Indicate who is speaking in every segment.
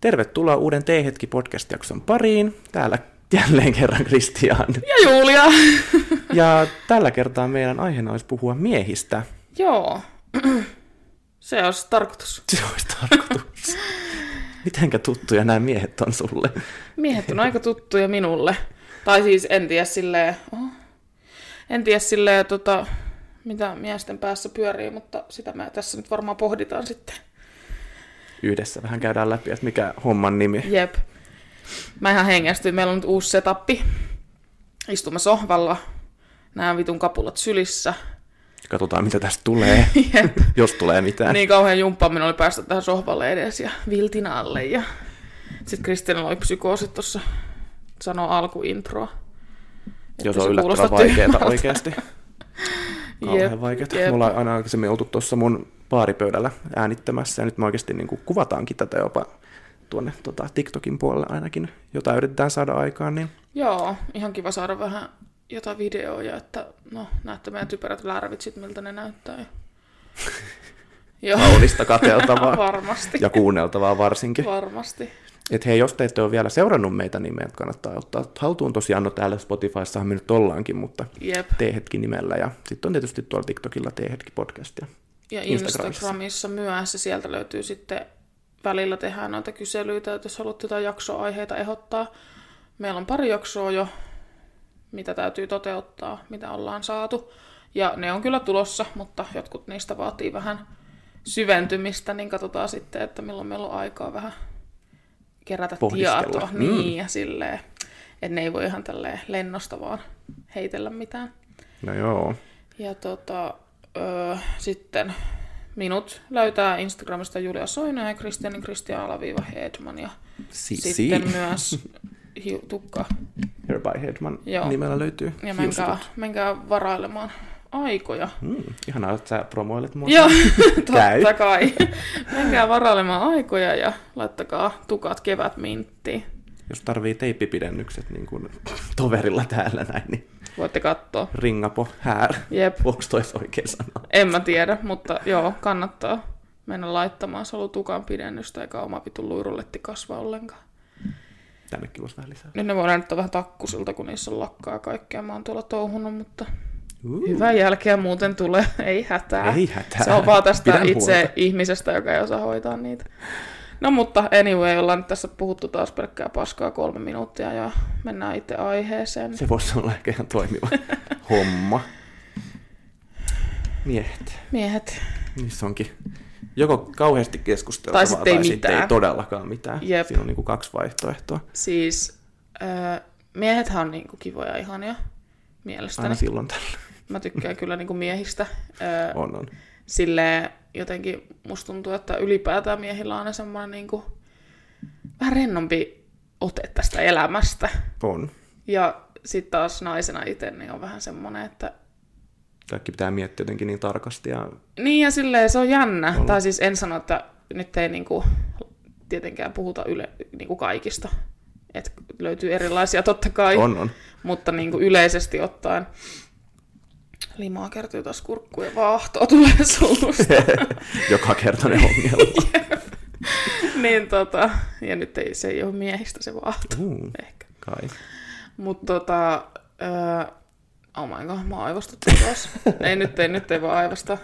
Speaker 1: Tervetuloa uuden T-hetki podcast-jakson pariin. Täällä jälleen kerran Kristian.
Speaker 2: Ja Julia.
Speaker 1: Ja tällä kertaa meidän aiheena olisi puhua miehistä.
Speaker 2: Joo. Se olisi tarkoitus.
Speaker 1: Se olisi tarkoitus. Mitenkä tuttuja nämä miehet on sulle?
Speaker 2: Miehet on aika tuttuja minulle. Tai siis en tiedä silleen, oh. en tiedä silleen, tota, mitä miesten päässä pyörii, mutta sitä me tässä nyt varmaan pohditaan sitten.
Speaker 1: Yhdessä vähän käydään läpi, että mikä homman nimi.
Speaker 2: Jep. Mä ihan hengästyin, meillä on nyt uusi setappi. Istumme sohvalla, nämä vitun kapulat sylissä.
Speaker 1: Katsotaan, mitä tästä tulee,
Speaker 2: Jep.
Speaker 1: jos tulee mitään.
Speaker 2: Niin kauhean jumppaaminen oli päästä tähän sohvalle edes ja viltin alle. Ja... Sitten Kristianilla oli psykoosi tuossa sanoa alkuintroa. Että
Speaker 1: Jos
Speaker 2: se
Speaker 1: on yllättävän
Speaker 2: kuulostaa
Speaker 1: vaikeeta
Speaker 2: tyhmältä.
Speaker 1: oikeasti. Kauhean vaikeeta. Me ollaan aina aikaisemmin oltu tuossa mun baaripöydällä äänittämässä ja nyt me oikeasti niin kuin kuvataankin tätä jopa tuonne tota, TikTokin puolelle ainakin, jota yritetään saada aikaan, niin
Speaker 2: Joo, ihan kiva saada vähän jotain videoja, että no, näette meidän typerät lärvit sit, miltä ne näyttää. Ja... Joo,
Speaker 1: kaunista katseltavaa
Speaker 2: varmasti.
Speaker 1: ja kuunneltavaa varsinkin.
Speaker 2: Varmasti.
Speaker 1: Että hei, jos te ette ole vielä seurannut meitä, niin meidät kannattaa ottaa haltuun. Tosiaan no täällä Spotifyssahan me nyt ollaankin, mutta
Speaker 2: Jep.
Speaker 1: T-hetki nimellä. Ja sitten on tietysti tuolla TikTokilla T-hetki podcastia.
Speaker 2: Ja
Speaker 1: Instagramissa.
Speaker 2: Instagramissa myös, ja sieltä löytyy sitten, välillä tehdään noita kyselyitä, että jos haluat jotain jaksoaiheita ehdottaa. Meillä on pari jaksoa jo, mitä täytyy toteuttaa, mitä ollaan saatu. Ja ne on kyllä tulossa, mutta jotkut niistä vaatii vähän syventymistä, niin katsotaan sitten, että milloin meillä on aikaa vähän kerätä
Speaker 1: Pohdiskella.
Speaker 2: tietoa.
Speaker 1: Mm.
Speaker 2: Niin, ja silleen, että ne ei voi ihan tälleen lennosta vaan heitellä mitään.
Speaker 1: No joo.
Speaker 2: Ja tota, öö, sitten minut löytää Instagramista Julia Soina ja Kristianin Kristian alaviiva Hedman. Ja
Speaker 1: Si-
Speaker 2: sitten myös hiu, tukka.
Speaker 1: Hereby Headman
Speaker 2: Joo.
Speaker 1: nimellä löytyy.
Speaker 2: Ja
Speaker 1: hiusjutut.
Speaker 2: menkää, menkää varailemaan aikoja.
Speaker 1: Mm, ihanaa, että sä promoilet mua.
Speaker 2: Joo,
Speaker 1: Käy.
Speaker 2: totta kai. Menkää varailemaan aikoja ja laittakaa tukat kevät minttiin.
Speaker 1: Jos tarvii teippipidennykset niin kuin toverilla täällä näin, niin
Speaker 2: Voitte katsoa.
Speaker 1: ringapo här.
Speaker 2: Jep,
Speaker 1: Onko toi se oikea sana?
Speaker 2: en mä tiedä, mutta joo, kannattaa mennä laittamaan. Se on ollut tukan pidennystä, eikä oma vitun luiruletti kasva ollenkaan.
Speaker 1: Tännekin voisi vähän lisää.
Speaker 2: Nyt Niin ne voi näyttää vähän takkusilta, kun niissä on lakkaa ja kaikkea. Mä oon tuolla touhunut, mutta
Speaker 1: Uu,
Speaker 2: hyvää jälkeä muuten tulee. Ei hätää.
Speaker 1: Mm. Ei hätää.
Speaker 2: Se on vaan tästä
Speaker 1: Pidän
Speaker 2: itse
Speaker 1: huolta.
Speaker 2: ihmisestä, joka ei osaa hoitaa niitä. No mutta anyway, ollaan nyt tässä puhuttu taas pelkkää paskaa kolme minuuttia ja mennään itse aiheeseen.
Speaker 1: Se voisi olla ehkä ihan toimiva homma. Miehet.
Speaker 2: Miehet.
Speaker 1: Niissä onkin joko kauheasti keskusteltavaa
Speaker 2: Tai sitten ei mitään.
Speaker 1: ei todellakaan mitään.
Speaker 2: Jep.
Speaker 1: Siinä on niin kuin kaksi vaihtoehtoa.
Speaker 2: Siis äh, miehethän on niinku kivoja ihania mielestäni.
Speaker 1: Aina silloin tällä
Speaker 2: Mä tykkään kyllä niinku miehistä. Äh,
Speaker 1: on. on.
Speaker 2: sille jotenkin musta tuntuu, että ylipäätään miehillä on aina semmoinen niin kuin, vähän rennompi ote tästä elämästä.
Speaker 1: on.
Speaker 2: Ja sitten taas naisena itse niin on vähän semmoinen, että
Speaker 1: Kaikki pitää miettiä jotenkin niin tarkasti ja
Speaker 2: niin ja silleen se on jännä. Mm. Tai siis en sano, että nyt ei niin kuin, tietenkään puhuta yle, niin kuin kaikista. Et löytyy erilaisia totta kai,
Speaker 1: on on.
Speaker 2: mutta niin kuin yleisesti ottaen limaa kertyy taas kurkkuun ja vaahtoa tulee suusta.
Speaker 1: Joka kertainen ongelma.
Speaker 2: niin tota, ja nyt ei, se ei ole miehistä se vaahto
Speaker 1: Mm,
Speaker 2: ehkä.
Speaker 1: kai.
Speaker 2: Mutta tota, öö, oh my god, mä aivostuttiin taas. ei nyt, ei, nyt ei vaan aivosta.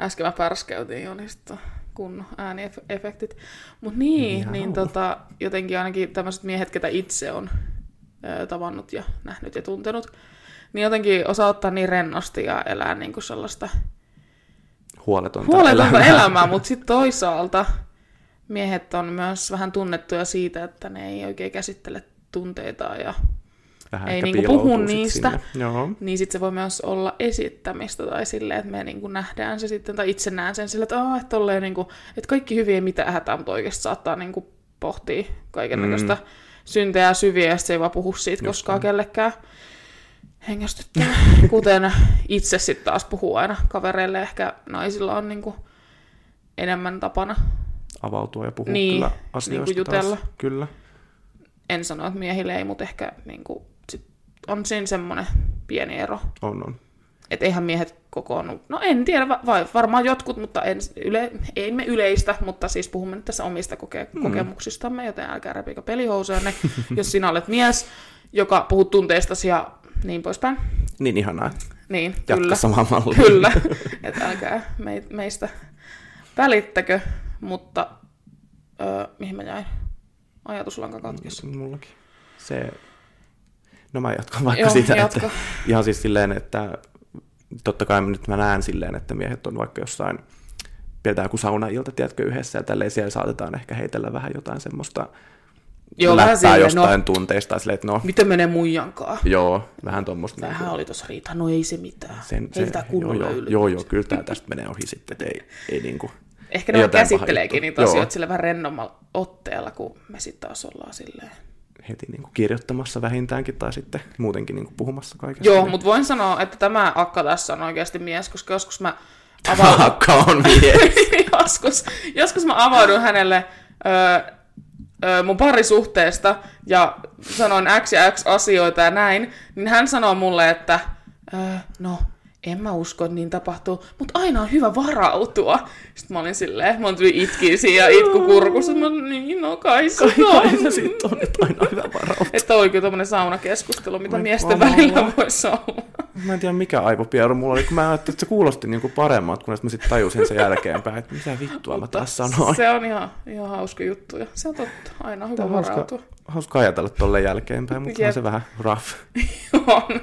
Speaker 2: Äsken mä pärskeytin jo, niin sitten kun ääniefektit. Mutta niin,
Speaker 1: Jau.
Speaker 2: niin tota, jotenkin ainakin tämmöiset miehet, ketä itse on öö, tavannut ja nähnyt ja tuntenut, niin jotenkin osaa ottaa niin rennosti ja elää niinku sellaista
Speaker 1: Huoletonta,
Speaker 2: huoletonta
Speaker 1: elämää.
Speaker 2: elämää, elämää mutta sitten toisaalta miehet on myös vähän tunnettuja siitä, että ne ei oikein käsittele tunteitaan ja
Speaker 1: Vähän
Speaker 2: Ei
Speaker 1: ehkä
Speaker 2: niinku
Speaker 1: piiloutuu
Speaker 2: puhu
Speaker 1: sit
Speaker 2: niistä.
Speaker 1: Sinne. Joo.
Speaker 2: niin sitten se voi myös olla esittämistä tai silleen, että me niinku nähdään se sitten, tai itse näen sen silleen, että, aah, että, tolleen niinku, että kaikki hyviä mitä hätää, mutta oikeasti saattaa niinku pohtia kaikenlaista mm. syntejä ja syviä, ja sit se ei vaan puhu siitä koskaan kellekään hengästyttää. Kuten itse sitten taas puhuu aina kavereille, ehkä naisilla on niinku enemmän tapana
Speaker 1: Avautua ja puhua
Speaker 2: Niin,
Speaker 1: kyllä
Speaker 2: niinku
Speaker 1: asioista
Speaker 2: jutella.
Speaker 1: Taas. Kyllä.
Speaker 2: en sano, että miehille ei, niinku mutta ehkä niin kuin, sit on siinä semmoinen pieni ero.
Speaker 1: On on.
Speaker 2: Että eihän miehet kokoonnut. No en tiedä, vai varmaan jotkut, mutta en, yle, ei me yleistä, mutta siis puhumme nyt tässä omista koke- mm. kokemuksistamme, joten älkää repikö pelihouseanne, jos sinä olet mies, joka puhuu tunteistasi ja niin poispäin.
Speaker 1: Niin ihanaa.
Speaker 2: Niin,
Speaker 1: Jatka
Speaker 2: kyllä.
Speaker 1: samaa mallia.
Speaker 2: Kyllä, että älkää me, meistä välittäkö, mutta ö, mihin mä jäin? Ajatuslanka katkesi.
Speaker 1: Mullakin. Se... No mä jatkan vaikka
Speaker 2: Joo,
Speaker 1: sitä,
Speaker 2: jatka.
Speaker 1: että ihan siis silleen, että totta kai nyt mä näen silleen, että miehet on vaikka jossain, pidetään joku saunailta, tiedätkö, yhdessä ja tälleen siellä saatetaan ehkä heitellä vähän jotain semmoista
Speaker 2: Joo, vähän
Speaker 1: läppää
Speaker 2: silleen,
Speaker 1: jostain
Speaker 2: no,
Speaker 1: tunteista, silleen, että no,
Speaker 2: miten menee muijankaan?
Speaker 1: joo, vähän niinku- tuommoista.
Speaker 2: Tämähän oli tuossa riita, no ei se mitään.
Speaker 1: sen,
Speaker 2: ei sitä
Speaker 1: joo,
Speaker 2: kunnolla
Speaker 1: joo,
Speaker 2: yllytä.
Speaker 1: joo, joo, kyllä tämä tästä menee ohi sitten, että ei, ei niinku,
Speaker 2: Ehkä
Speaker 1: ei
Speaker 2: ne vaan
Speaker 1: jotain pahaa juttua.
Speaker 2: käsitteleekin niitä
Speaker 1: Joo.
Speaker 2: asioita sillä vähän rennommalla otteella, kun me sitten taas ollaan silleen.
Speaker 1: heti niinku kirjoittamassa vähintäänkin tai sitten muutenkin niinku puhumassa kaikesta.
Speaker 2: Joo,
Speaker 1: Niin-
Speaker 2: mutta voin sanoa, että tämä akka tässä on oikeasti mies, koska joskus mä avaudun,
Speaker 1: Vaakka on mies.
Speaker 2: joskus, joskus mä avaudun hänelle ö, ö, mun parisuhteesta ja sanon X ja X asioita ja näin, niin hän sanoo mulle, että ö, no, en mä usko, että niin tapahtuu, mutta aina on hyvä varautua. Sitten mä olin silleen, mä tuli itkiin siinä ja itku kurkussa, mä niin, no kai se
Speaker 1: Kai
Speaker 2: on.
Speaker 1: se sitten on, että aina on hyvä varautua.
Speaker 2: Että oli kyllä tommonen saunakeskustelu, mitä
Speaker 1: Voi
Speaker 2: miesten
Speaker 1: kamala.
Speaker 2: välillä voisi olla.
Speaker 1: Mä en tiedä mikä aivopieru mulla oli, kun mä ajattelin, että se kuulosti niinku paremmalta, kunnes mä sitten tajusin sen jälkeenpäin, että mitä vittua mä taas sanoin.
Speaker 2: Se on ihan, ihan hauska juttu ja se on totta. Aina on
Speaker 1: Tää
Speaker 2: hyvä
Speaker 1: on hauska,
Speaker 2: varautua.
Speaker 1: hauska ajatella tolle jälkeenpäin, mutta on
Speaker 2: Jep.
Speaker 1: se vähän rough.
Speaker 2: on.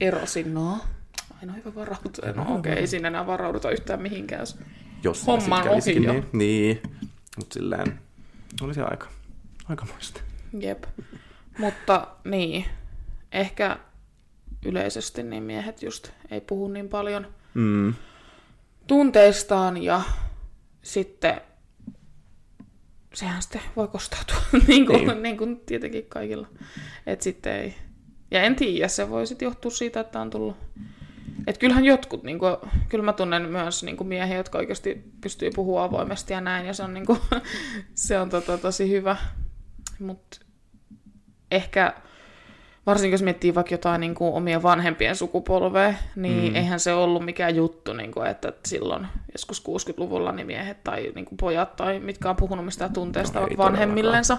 Speaker 2: Erosin, no. Aina on hyvä varautua. No
Speaker 1: Aina
Speaker 2: okei,
Speaker 1: on
Speaker 2: okay, ei siinä enää varauduta yhtään mihinkään. jos-
Speaker 1: Jos
Speaker 2: Homma
Speaker 1: sitten
Speaker 2: on
Speaker 1: kävisikin,
Speaker 2: ohi
Speaker 1: niin, niin. Mutta silleen, oli se aika, aika muista.
Speaker 2: Jep. Mutta niin, ehkä yleisesti niin miehet just ei puhu niin paljon
Speaker 1: Mm.
Speaker 2: tunteistaan ja sitten sehän sitten voi kostautua, niin, kuin, niin.
Speaker 1: Niin.
Speaker 2: niin kuin tietenkin kaikilla. Et sitten ei. Ja en tiedä, se voi sitten johtua siitä, että on tullut... Et kyllähän jotkut, niin kuin, kyllä mä tunnen myös niin kuin miehiä, jotka oikeasti pystyy puhua avoimesti ja näin, ja se on, niin kuin, se on tota, tosi hyvä. Mutta ehkä varsinkin jos miettii vaikka jotain niin kuin omien vanhempien sukupolvea, niin mm. eihän se ollut mikään juttu, niin kuin, että silloin joskus 60-luvulla niin miehet tai niin kuin pojat tai mitkä on puhunut mistään tunteesta
Speaker 1: No
Speaker 2: no,
Speaker 1: ei
Speaker 2: vanhemmillensa,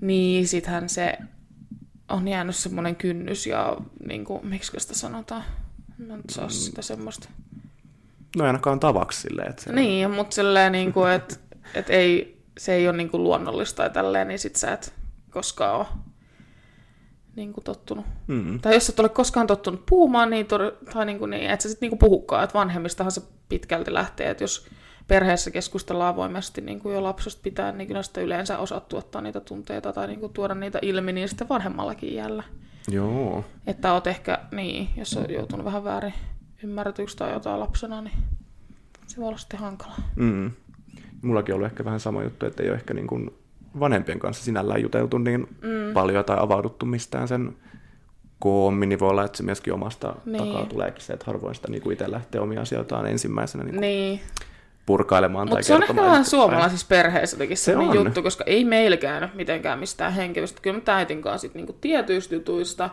Speaker 2: niin sittenhän se on jäänyt semmoinen kynnys ja niin kuin, miksi sitä sanotaan? Mä en saa sitä semmoista.
Speaker 1: No ei ainakaan tavaksi silleen, että se
Speaker 2: Niin, mutta silleen, niin kuin, että et ei, se ei ole niin kuin luonnollista ja tälleen, niin sit sä et koskaan ole niin kuin tottunut.
Speaker 1: Mm.
Speaker 2: Tai jos sä et ole koskaan tottunut puhumaan, niin, tor- tai niin kuin, niin et sä sit niin kuin puhukaan, että vanhemmistahan se pitkälti lähtee, että jos perheessä keskustellaan avoimesti niin kuin jo lapsesta pitää, niin kyllä sitä yleensä osaat tuottaa niitä tunteita tai niin kuin tuoda niitä ilmi, niin sitten vanhemmallakin iällä.
Speaker 1: Joo.
Speaker 2: Että oot ehkä, niin, jos on joutunut vähän väärin ymmärretyksi tai jotain lapsena, niin se voi olla sitten hankalaa.
Speaker 1: Mm. Mullakin on ollut ehkä vähän sama juttu, että ei ole ehkä niin kuin vanhempien kanssa sinällään juteltu niin mm. paljon tai avauduttu mistään sen koommin, niin voi olla, että se myöskin omasta niin.
Speaker 2: Niin.
Speaker 1: takaa tuleekin se, että harvoin sitä niin kuin itse lähtee omia asioitaan ensimmäisenä niin kuin
Speaker 2: Niin,
Speaker 1: purkailemaan tai
Speaker 2: mutta se on ehkä
Speaker 1: kertomaan
Speaker 2: vähän
Speaker 1: eteenpäin.
Speaker 2: suomalaisissa perheissä jotenkin
Speaker 1: Se
Speaker 2: se
Speaker 1: on.
Speaker 2: juttu, koska ei meillä käynyt mitenkään mistään henkilöstä. Kyllä mä äitin kanssa sit niinku tietyistä jutuista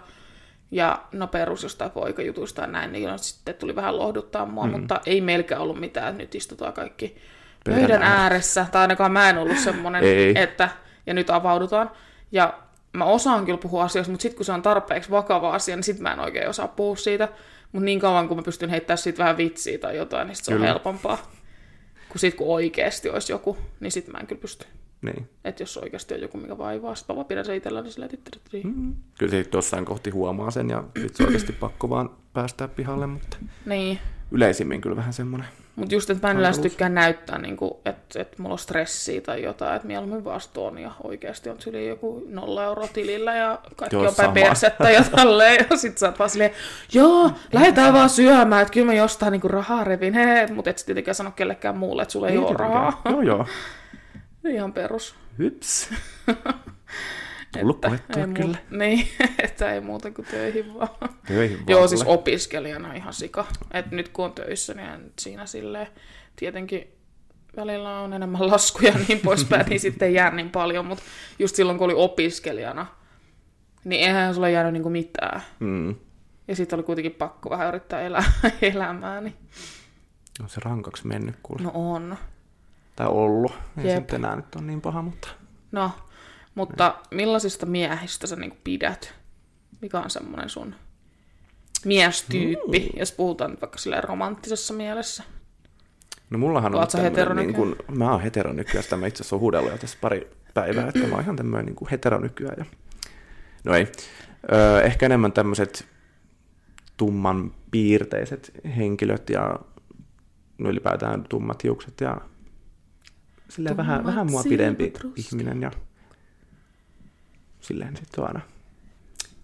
Speaker 2: ja no perus jostain poikajutuista ja näin, niin kyllä sitten tuli vähän lohduttaa mua, mm. mutta ei meilläkään ollut mitään, että nyt istutaan kaikki
Speaker 1: Pöydän
Speaker 2: pöydän, pöydän
Speaker 1: ääressä.
Speaker 2: ääressä. Tai ainakaan mä en ollut semmoinen,
Speaker 1: Ei.
Speaker 2: että ja nyt avaudutaan. Ja mä osaan kyllä puhua asioista, mutta sitten kun se on tarpeeksi vakava asia, niin sitten mä en oikein osaa puhua siitä. Mutta niin kauan kun mä pystyn heittämään siitä vähän vitsiä tai jotain, niin sit se on
Speaker 1: Kyllä.
Speaker 2: helpompaa. Kun sit kun oikeesti olisi joku, niin sit mä en kyllä pysty.
Speaker 1: Niin.
Speaker 2: Että jos oikeesti on joku, mikä vaivaa, sit mä vaan pidän se itselläni sillä tittirittiri. Mm.
Speaker 1: Kyllä se jossain kohti huomaa sen ja sitten se on oikeasti pakko vaan päästää pihalle, mutta
Speaker 2: Niin.
Speaker 1: yleisimmin kyllä vähän semmoinen.
Speaker 2: Mutta just, että mä en yleensä
Speaker 1: Hankaluus.
Speaker 2: tykkää näyttää, niin että et mulla on stressiä tai jotain, että mieluummin vastoon ja oikeasti on yli joku nolla euro tilillä ja kaikki
Speaker 1: Joo,
Speaker 2: on päin
Speaker 1: sama.
Speaker 2: persettä ja tälleen. Ja sit sä oot vaan silleen, joo, lähdetään vaan syömään, että kyllä mä jostain niinku rahaa revin, hee, mutta et sä tietenkään sano kellekään muulle, että sulla ei, ole rahaa.
Speaker 1: Joo, joo.
Speaker 2: Ihan perus.
Speaker 1: Hyps. Tullut
Speaker 2: ei
Speaker 1: koettua
Speaker 2: muu-
Speaker 1: kyllä.
Speaker 2: Niin, että ei muuta kuin töihin vaan.
Speaker 1: Töihin vaan
Speaker 2: Joo, siis
Speaker 1: tulee.
Speaker 2: opiskelijana ihan sika. Et nyt kun on töissä, niin en siinä silleen tietenkin välillä on enemmän laskuja ja niin poispäin, niin sitten ei jää niin paljon, mutta just silloin kun oli opiskelijana, niin eihän sulla jäänyt niinku mitään.
Speaker 1: mm.
Speaker 2: Ja sitten oli kuitenkin pakko vähän yrittää elää elämää. Niin.
Speaker 1: On se rankaksi mennyt kuule.
Speaker 2: No on.
Speaker 1: Tai ollut. Ei Jep. se enää nyt ole niin paha, mutta...
Speaker 2: No, mutta millaisista miehistä sä niinku pidät? Mikä on semmoinen sun miestyyppi, mm. jos puhutaan nyt vaikka silleen romanttisessa mielessä?
Speaker 1: No mullahan
Speaker 2: Oot sä
Speaker 1: on
Speaker 2: hetero
Speaker 1: tämmöinen, niin
Speaker 2: nykyään?
Speaker 1: kuin, mä oon hetero nykyään, sitä mä itse asiassa oon huudellut jo tässä pari päivää, että mä oon ihan tämmöinen niin kuin hetero nykyään. Ja... No ei, öö, ehkä enemmän tämmöiset tumman piirteiset henkilöt ja no ylipäätään tummat hiukset ja silleen vähän,
Speaker 2: Tummat
Speaker 1: vähän mua pidempi
Speaker 2: silmät ruskea.
Speaker 1: ihminen ja silleen sitten on aina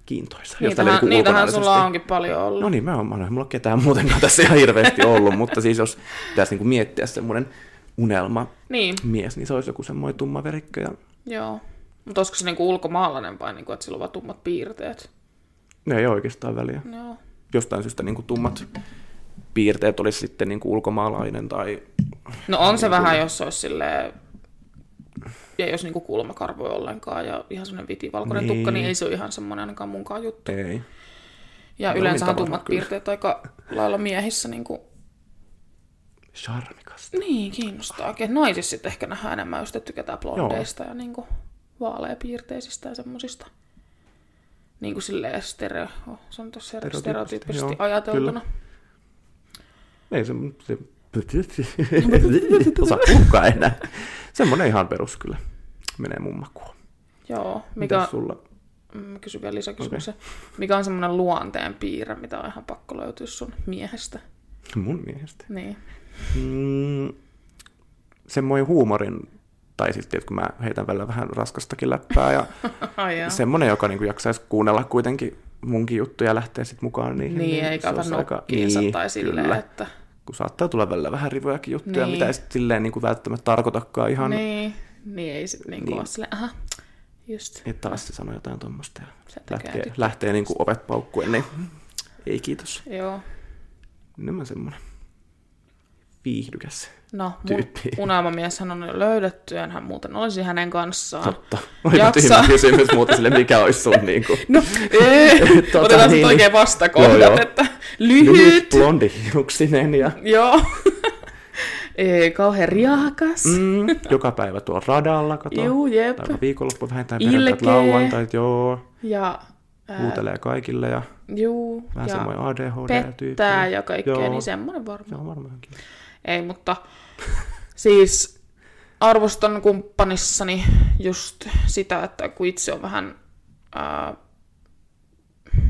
Speaker 1: kiintoisa. jos tälleen
Speaker 2: Niitähän,
Speaker 1: niin kuin
Speaker 2: niitähän
Speaker 1: ulkonaisesti.
Speaker 2: sulla onkin paljon ollut.
Speaker 1: No niin, mä oon, mä oon, mulla ketään muutenkaan tässä ihan hirveästi ollut, mutta siis jos pitäisi niinku miettiä semmoinen unelma
Speaker 2: Niin,
Speaker 1: mies, niin se olisi joku semmoinen tumma verikkö. Ja...
Speaker 2: joo. Mutta olisiko se niinku ulkomaalainen vai niinku, että sillä on vaan tummat piirteet?
Speaker 1: Ne ei oikeastaan väliä.
Speaker 2: Joo.
Speaker 1: Jostain syystä niinku tummat piirteet olisi sitten niinku ulkomaalainen tai...
Speaker 2: No on se vähän, jos se olisi silleen... Ja jos niinku kulmakarvoja ollenkaan ja ihan semmoinen vitivalkoinen
Speaker 1: Niin.
Speaker 2: tukka, niin ei se ole ihan semmoinen ainakaan munkaan juttu.
Speaker 1: Ei.
Speaker 2: Ja
Speaker 1: No,
Speaker 2: yleensähän
Speaker 1: mitä
Speaker 2: tummat
Speaker 1: varmaan kyllä.
Speaker 2: piirteet aika lailla miehissä niinku
Speaker 1: Charmikasta.
Speaker 2: Niin, kiinnostaakin. Naisissa sitten ehkä nähdään enemmän, jos te tykätään blondeista ja niinku vaaleapiirteisistä ja semmoisista. Niin kuin silleen stereo, oh, se on tuossa
Speaker 1: Stereotyyppisesti,
Speaker 2: stereotyyppisesti
Speaker 1: joo,
Speaker 2: ajateltuna.
Speaker 1: Ei se... se... Osaa kukaan enää. Semmoinen ihan perus kyllä. Menee mun makuun.
Speaker 2: Joo, mikä,
Speaker 1: Mikä sulla?
Speaker 2: mm, kysy vielä lisäkysymyksen. Mikä on semmoinen luonteen piirre, mitä on ihan pakko löytyä sun miehestä?
Speaker 1: Mun miehestä.
Speaker 2: Niin.
Speaker 1: Mm, semmoinen huumorin, tai siis tietysti kun mä heitän välillä vähän raskastakin läppää, ja
Speaker 2: Ai jaa.
Speaker 1: semmoinen, joka niinku jaksaisi kuunnella kuitenkin munkin juttuja ja lähteä sitten mukaan niihin.
Speaker 2: niin,
Speaker 1: se
Speaker 2: eikä
Speaker 1: olisi
Speaker 2: vaan nokkiinsa
Speaker 1: niin,
Speaker 2: tai silleen,
Speaker 1: kyllä.
Speaker 2: että...
Speaker 1: Kun saattaa tulla välillä vähän rivojakin juttuja,
Speaker 2: Niin.
Speaker 1: mitä ei sitten silleen niinku välttämättä tarkoitakaan ihan, niin.
Speaker 2: Niin, niin ei sitten niinku
Speaker 1: Niin.
Speaker 2: niin. ole silleen, aha, just.
Speaker 1: että taas se sanoo jotain tuommoista ja
Speaker 2: Sen takia
Speaker 1: lähtee,
Speaker 2: tykkään
Speaker 1: lähtee niinku ovet paukkuen, niin ei kiitos.
Speaker 2: Joo.
Speaker 1: Enemmän semmoinen viihdykäs.
Speaker 2: No, mun
Speaker 1: tyyppi.
Speaker 2: unelmamieshän on jo löydetty, ja hän "No, muuten olisi hänen kanssaan.
Speaker 1: Totta. Olipa
Speaker 2: Ah. Jaksaa.
Speaker 1: tyhmä kysymys muuta sille, mikä olisi sun niinku
Speaker 2: No, ei.
Speaker 1: Tota
Speaker 2: otetaan
Speaker 1: niin,
Speaker 2: niin, oikein
Speaker 1: niin.
Speaker 2: vastakohdat,
Speaker 1: Joo, joo.
Speaker 2: että
Speaker 1: lyhyt
Speaker 2: lyhyt,
Speaker 1: blondihiuksinen ja
Speaker 2: joo, ei, kauhean riahakas, mm,
Speaker 1: mm, joka päivä tuo radalla, kato.
Speaker 2: juu, jep,
Speaker 1: Tai joka viikonloppu vähintään
Speaker 2: Ilkeä.
Speaker 1: perjantait lauantait, joo,
Speaker 2: ja ää,
Speaker 1: huutelee kaikille ja
Speaker 2: juu,
Speaker 1: vähän
Speaker 2: ja
Speaker 1: semmoinen ADHD-tyyppi.
Speaker 2: pettää ja kaikkea,
Speaker 1: Joo.
Speaker 2: niin semmoinen varmaan.
Speaker 1: Joo, varmaankin.
Speaker 2: Ei, mutta siis arvostan kumppanissani just sitä, että kun itse on vähän, ää,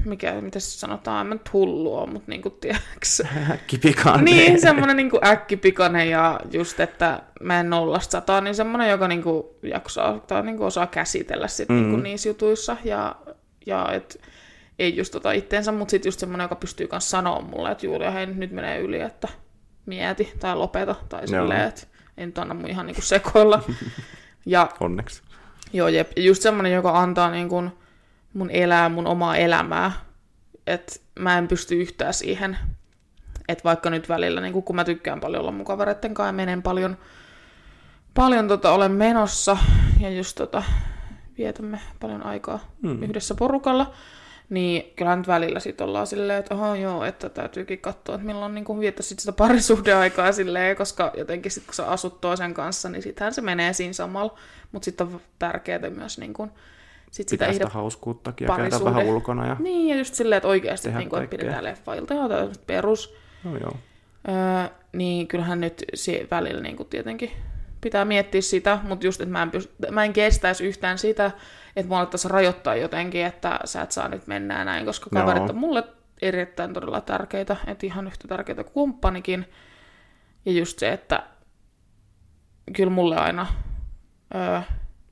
Speaker 2: mikä, mitä se sanotaan, en mä nyt hullu ole, mutta niin kuin tiedäksä.
Speaker 1: Kipikaan.
Speaker 2: Niin, semmoinen niin äkkipikainen ja just, että mä en nollasta sataa, niin semmoinen, joka niin kuin jaksaa tai niin kuin osaa käsitellä sit mm. niin kuin niissä jutuissa ja, ja et, ei just tota itteensä, mutta sitten just semmoinen, joka pystyy myös sanoa mulle, että Julia, hei nyt menee yli, että mieti tai lopeta tai silleen, että en nyt anna mun ihan niin kuin sekoilla. ja
Speaker 1: Onneksi.
Speaker 2: Joo, jep. Ja Just semmoinen, joka antaa niin kun mun elää mun omaa elämää. Että mä en pysty yhtään siihen. Että vaikka nyt välillä, niin kun, kun mä tykkään paljon olla mun kavereitten kanssa ja menen paljon, paljon tota, olen menossa ja just tota, vietämme paljon aikaa mm. yhdessä porukalla, niin kyllä nyt välillä sit ollaan silleen, että oho joo, että täytyykin katsoa, että milloin niin viettää sit sitä parisuhdeaikaa silleen, koska jotenkin sit kun sä asut toisen kanssa, niin sittenhän se menee siinä samalla, mutta sitten on tärkeää myös niin kun, sit sitä
Speaker 1: Pitää sitä
Speaker 2: ihde
Speaker 1: hauskuuttakin ja käydä
Speaker 2: parisuhde.
Speaker 1: vähän ulkona. Ja...
Speaker 2: Niin, ja just silleen, että oikeasti
Speaker 1: Tehdä
Speaker 2: niin kuin, että
Speaker 1: kaikkea.
Speaker 2: pidetään leffailta ja jotain perus.
Speaker 1: No joo.
Speaker 2: Öö, niin kyllähän nyt se välillä niin kuin tietenkin pitää miettiä sitä, mutta just, että mä en, pyst- mä en kestäisi yhtään sitä, että mä alettaisiin rajoittaa jotenkin, että sä et saa nyt mennä ja näin, koska
Speaker 1: Joo.
Speaker 2: kaverit on mulle erittäin todella tärkeitä, että ihan yhtä tärkeitä kuin kumppanikin. Ja just se, että kyllä mulle aina öö,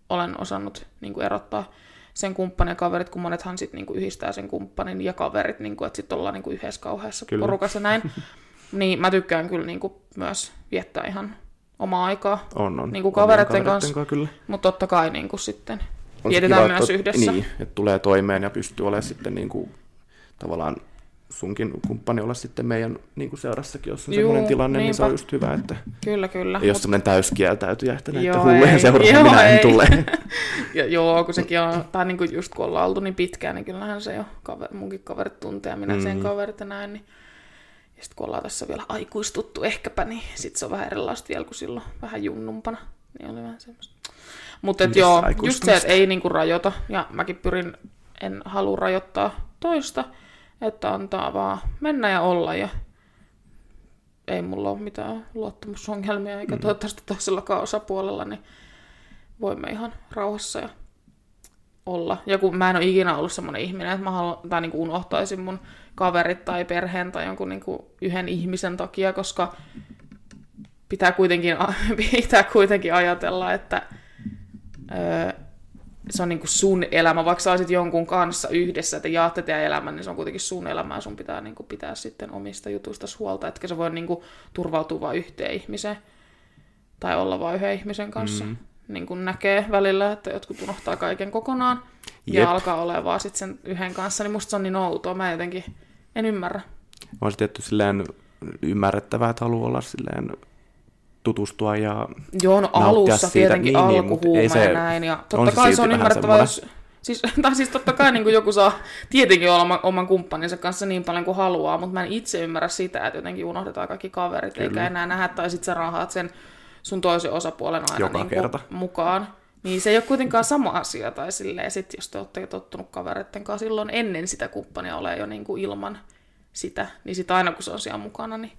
Speaker 2: olen osannut niin kuin erottaa sen kumppanin ja kaverit, kun monethan sitten niin yhdistää sen kumppanin ja kaverit, niin kuin, että sitten ollaan niin kuin yhdessä kauheassa
Speaker 1: Kyllä.
Speaker 2: kyllä. porukassa näin. niin mä tykkään kyllä niin kuin myös viettää ihan omaa aikaa,
Speaker 1: On, on.
Speaker 2: Niin
Speaker 1: Omien
Speaker 2: kuin kavereitten kanssa.
Speaker 1: Kyllä.
Speaker 2: mutta totta kai niin kuin sitten
Speaker 1: On se
Speaker 2: vietetään
Speaker 1: kiva,
Speaker 2: myös
Speaker 1: että-
Speaker 2: yhdessä.
Speaker 1: Niin, että tulee toimeen ja pystyy olemaan sitten niin kuin, tavallaan sunkin kumppani olla sitten meidän niin kuin seurassakin, jos on
Speaker 2: Juu,
Speaker 1: semmoinen tilanne, niin se on
Speaker 2: niinpä.
Speaker 1: just hyvä, että
Speaker 2: Kyllä, kyllä.
Speaker 1: ei ole semmoinen täyskieltäytyjä, että näiden
Speaker 2: Joo,
Speaker 1: hullujen
Speaker 2: ei.
Speaker 1: seuraan
Speaker 2: Joo,
Speaker 1: minä en
Speaker 2: ei.
Speaker 1: tule.
Speaker 2: Ja joo, kun sekin on, tai niin kuin just kun ollaan oltu niin pitkään, niin kyllähän se jo kaver, munkin kaverit tuntee ja minä mm. sen kaverit ja näin. Niin. Ja sitten kun ollaan tässä vielä aikuistuttu ehkäpä, niin sit se on vähän erilaista vielä kuin silloin vähän junnumpana. Niin oli vähän semmoista. Mutta
Speaker 1: Missä
Speaker 2: joo, just se,
Speaker 1: aikuistumista?
Speaker 2: että ei niinku rajoita. Ja mäkin pyrin, en halua rajoittaa toista, että antaa vaan mennä ja olla ja ei mulla ole mitään luottamusongelmia, eikä mm. toivottavasti toisellakaan osapuolella, niin voimme ihan rauhassa ja olla. Ja kun mä en ole ikinä ollut semmoinen ihminen, että mä haluan, tai niin kuin unohtaisin mun kaverit tai perheen tai jonkun niin kuin yhden ihmisen takia, koska pitää kuitenkin, pitää kuitenkin ajatella, että öö, se on niin kuin sun elämä, vaikka sä olisit jonkun kanssa yhdessä, että jaatte teidän elämän, niin se on kuitenkin sun elämä ja sun pitää niin kuin pitää sitten omista jutuista huolta, etkä sä voi niin kuin turvautua vain yhteen ihmiseen tai olla vain yhden ihmisen kanssa. Mm. Niin kuin näkee välillä, että jotkut unohtaa kaiken kokonaan Jep.
Speaker 1: Jep.
Speaker 2: ja alkaa olemaan vaan sit sen yhden kanssa, niin musta se on niin outoa, mä jotenkin en ymmärrä.
Speaker 1: On se tietty silleen ymmärrettävää, että haluaa olla silleen tutustua ja
Speaker 2: Joo, no
Speaker 1: nauttia
Speaker 2: alussa
Speaker 1: siitä.
Speaker 2: tietenkin
Speaker 1: Niin,
Speaker 2: niin,
Speaker 1: niin, mut
Speaker 2: alkuhuuma
Speaker 1: ei
Speaker 2: se,
Speaker 1: se-
Speaker 2: ja näin. Ja totta
Speaker 1: on
Speaker 2: on
Speaker 1: se
Speaker 2: kai
Speaker 1: silti
Speaker 2: se on
Speaker 1: vähän
Speaker 2: ymmärrettävää, jos...
Speaker 1: semmoinen.
Speaker 2: Siis, tai siis totta kai niin joku saa tietenkin olla oman- oman kumppaninsa kanssa niin paljon kuin haluaa, mutta mä en itse ymmärrä sitä, että jotenkin unohdetaan kaikki kaverit, Kyllä. eikä enää nähdä, tai sit sä rahaat sen sun toisen osapuolen aina
Speaker 1: Joka
Speaker 2: niin
Speaker 1: kerta.
Speaker 2: mukaan. Niin se ei ole kuitenkaan sama asia, tai silleen, sit jos te olette tottunut kavereiden kanssa silloin ennen sitä kumppania ole jo niin kuin ilman sitä, niin sit aina kun se on siellä mukana, niin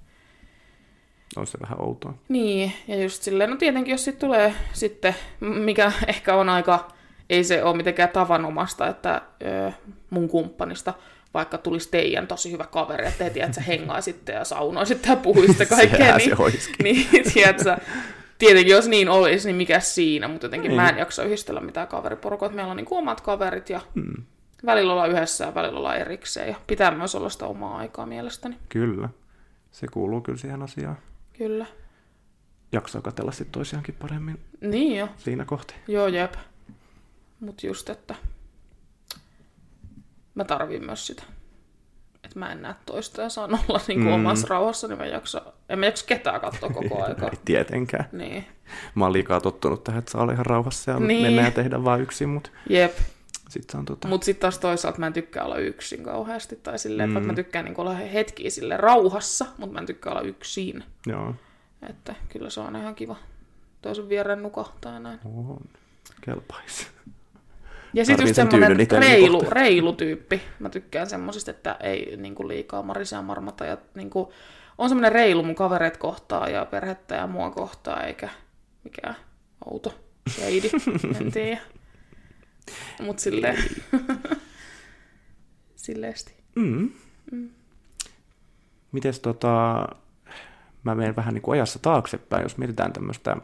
Speaker 1: on se vähän outoa.
Speaker 2: niin, ja just silleen, no tietenkin jos sit tulee sitten, m- mikä ehkä on aika, ei se ole mitenkään tavanomasta, että ö, mun kumppanista vaikka tulisi teidän tosi hyvä kaveri, että te tiedät, sä hengaisitte ja saunoisitte ja puhuisitte
Speaker 1: Sehän
Speaker 2: kaikkea, niin,
Speaker 1: se olisikin.
Speaker 2: niin tiedät, sä, tietenkin jos niin olisi, niin mikä siinä, mutta jotenkin
Speaker 1: Niin.
Speaker 2: mä en jaksa yhdistellä mitään kaveriporukkaa, että meillä on niin omat kaverit ja mm. välillä ollaan yhdessä ja välillä ollaan erikseen ja pitää myös olla sitä omaa aikaa mielestäni,
Speaker 1: Kyllä. Se kuuluu kyllä siihen asiaan.
Speaker 2: kyllä.
Speaker 1: Jaksaa katella sitten toisiaankin paremmin
Speaker 2: Niin joo.
Speaker 1: siinä kohti.
Speaker 2: Joo, jep. Mut just, että mä tarvin myös sitä. Että mä en näe toista ja saan olla niinku mm. omassa rauhassa, niin mä en jaksa, en mä jaksa ketään katsoa koko aikaa.
Speaker 1: Ei tietenkään.
Speaker 2: Niin,
Speaker 1: Mä oon liikaa tottunut tähän, että saa olla ihan rauhassa ja
Speaker 2: Niin.
Speaker 1: niin. mennä ja tehdä vaan yksin, mutta
Speaker 2: jep.
Speaker 1: sit se on tota...
Speaker 2: Mut sit taas toisaalta mä en tykkää olla yksin kauheasti. Tai silleen, mm. vaikka mä tykkään niinku olla hetkiä sille rauhassa, mutta mä en tykkää olla yksin.
Speaker 1: Joo.
Speaker 2: Että kyllä se on ihan kiva toisen viereen nukahtaa ja näin.
Speaker 1: On. Kelpaisi.
Speaker 2: Ja sitten
Speaker 1: Tarvii sen
Speaker 2: just semmoinen
Speaker 1: tyynyn itselleni
Speaker 2: reilu,
Speaker 1: kohta.
Speaker 2: reilu tyyppi. Mä tykkään semmosista, että ei niin kuin liikaa marisia marmata. Ja niin kuin, on semmoinen reilu mun kavereet kohtaa ja perhettä ja mua kohtaa, eikä mikään outo seidi. en tiedä. Mut silleen. Silleesti.
Speaker 1: Mm. Mm. Mites tota, mä menen vähän niin kuin ajassa taaksepäin, jos mietitään tämmöistä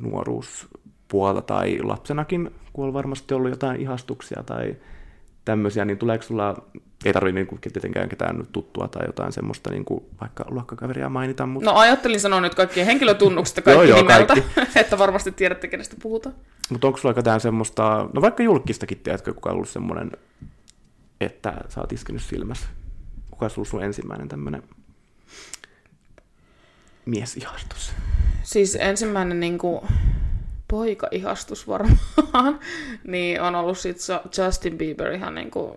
Speaker 1: nuoruuspuolta tai lapsenakin, kun on varmasti ollut jotain ihastuksia tai tämmöisiä, niin tuleeko sulla, ei tarvi niin kuin tietenkään ketään nyt tuttua tai jotain semmoista, niin kuin vaikka luokkakaveria mainita, mutta
Speaker 2: No ajattelin sanoa nyt kaikkien henkilötunnuksista kaikki
Speaker 1: Joo, joo,
Speaker 2: nimeltä,
Speaker 1: kaikki.
Speaker 2: että varmasti tiedätte, kenestä puhutaan.
Speaker 1: Mut onko sulla jotain semmoista, no vaikka julkistakin, tiedätkö, kuka on ollut semmoinen, että sä oot iskenyt silmässä? Kuka on ollut sun ensimmäinen tämmöinen miesihastus?
Speaker 2: Siis ensimmäinen niin kuin, poikaihastus varmaan, niin on ollut sit Ju- Justin Bieber ihan niin kuin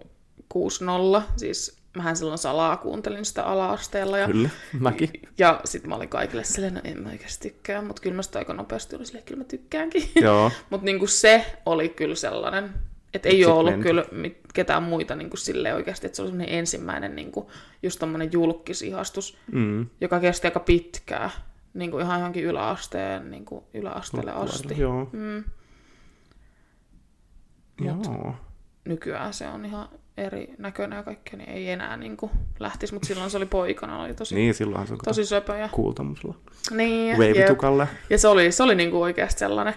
Speaker 2: 6-0. Siis mähän silloin salaa kuuntelin sitä ala-asteella ja,
Speaker 1: Kyllä, mäkin.
Speaker 2: ja sit mä olin kaikille silleen, no en mä oikeasti tykkää, mutta kyllä mä sitä aika nopeasti olin silleen, kyllä mä tykkäänkin.
Speaker 1: Joo.
Speaker 2: Mutta niinku se oli kyllä sellainen, että ei
Speaker 1: Sit
Speaker 2: ole ollut
Speaker 1: mentiin.
Speaker 2: kyllä mit- ketään muita niinku sille oikeasti, että se oli semmoinen ensimmäinen niinku, just tämmöinen julkisihastus, mm. joka kesti aika pitkää, niinku ihan johonkin yläasteen, niinku yläasteelle asti.
Speaker 1: Joo. Mm. Joo.
Speaker 2: Nykyään se on ihan eri näköinen ja kaikkea, niin ei enää niinku lähtisi, mutta silloin se oli poikana, oli tosi, niin.
Speaker 1: Niin, silloinhan se on
Speaker 2: tosi söpö. Ja,
Speaker 1: kuultamusla.
Speaker 2: niin, jep.
Speaker 1: Wave-tukalle.
Speaker 2: Ja se oli, se oli niinku oikeasti sellainen.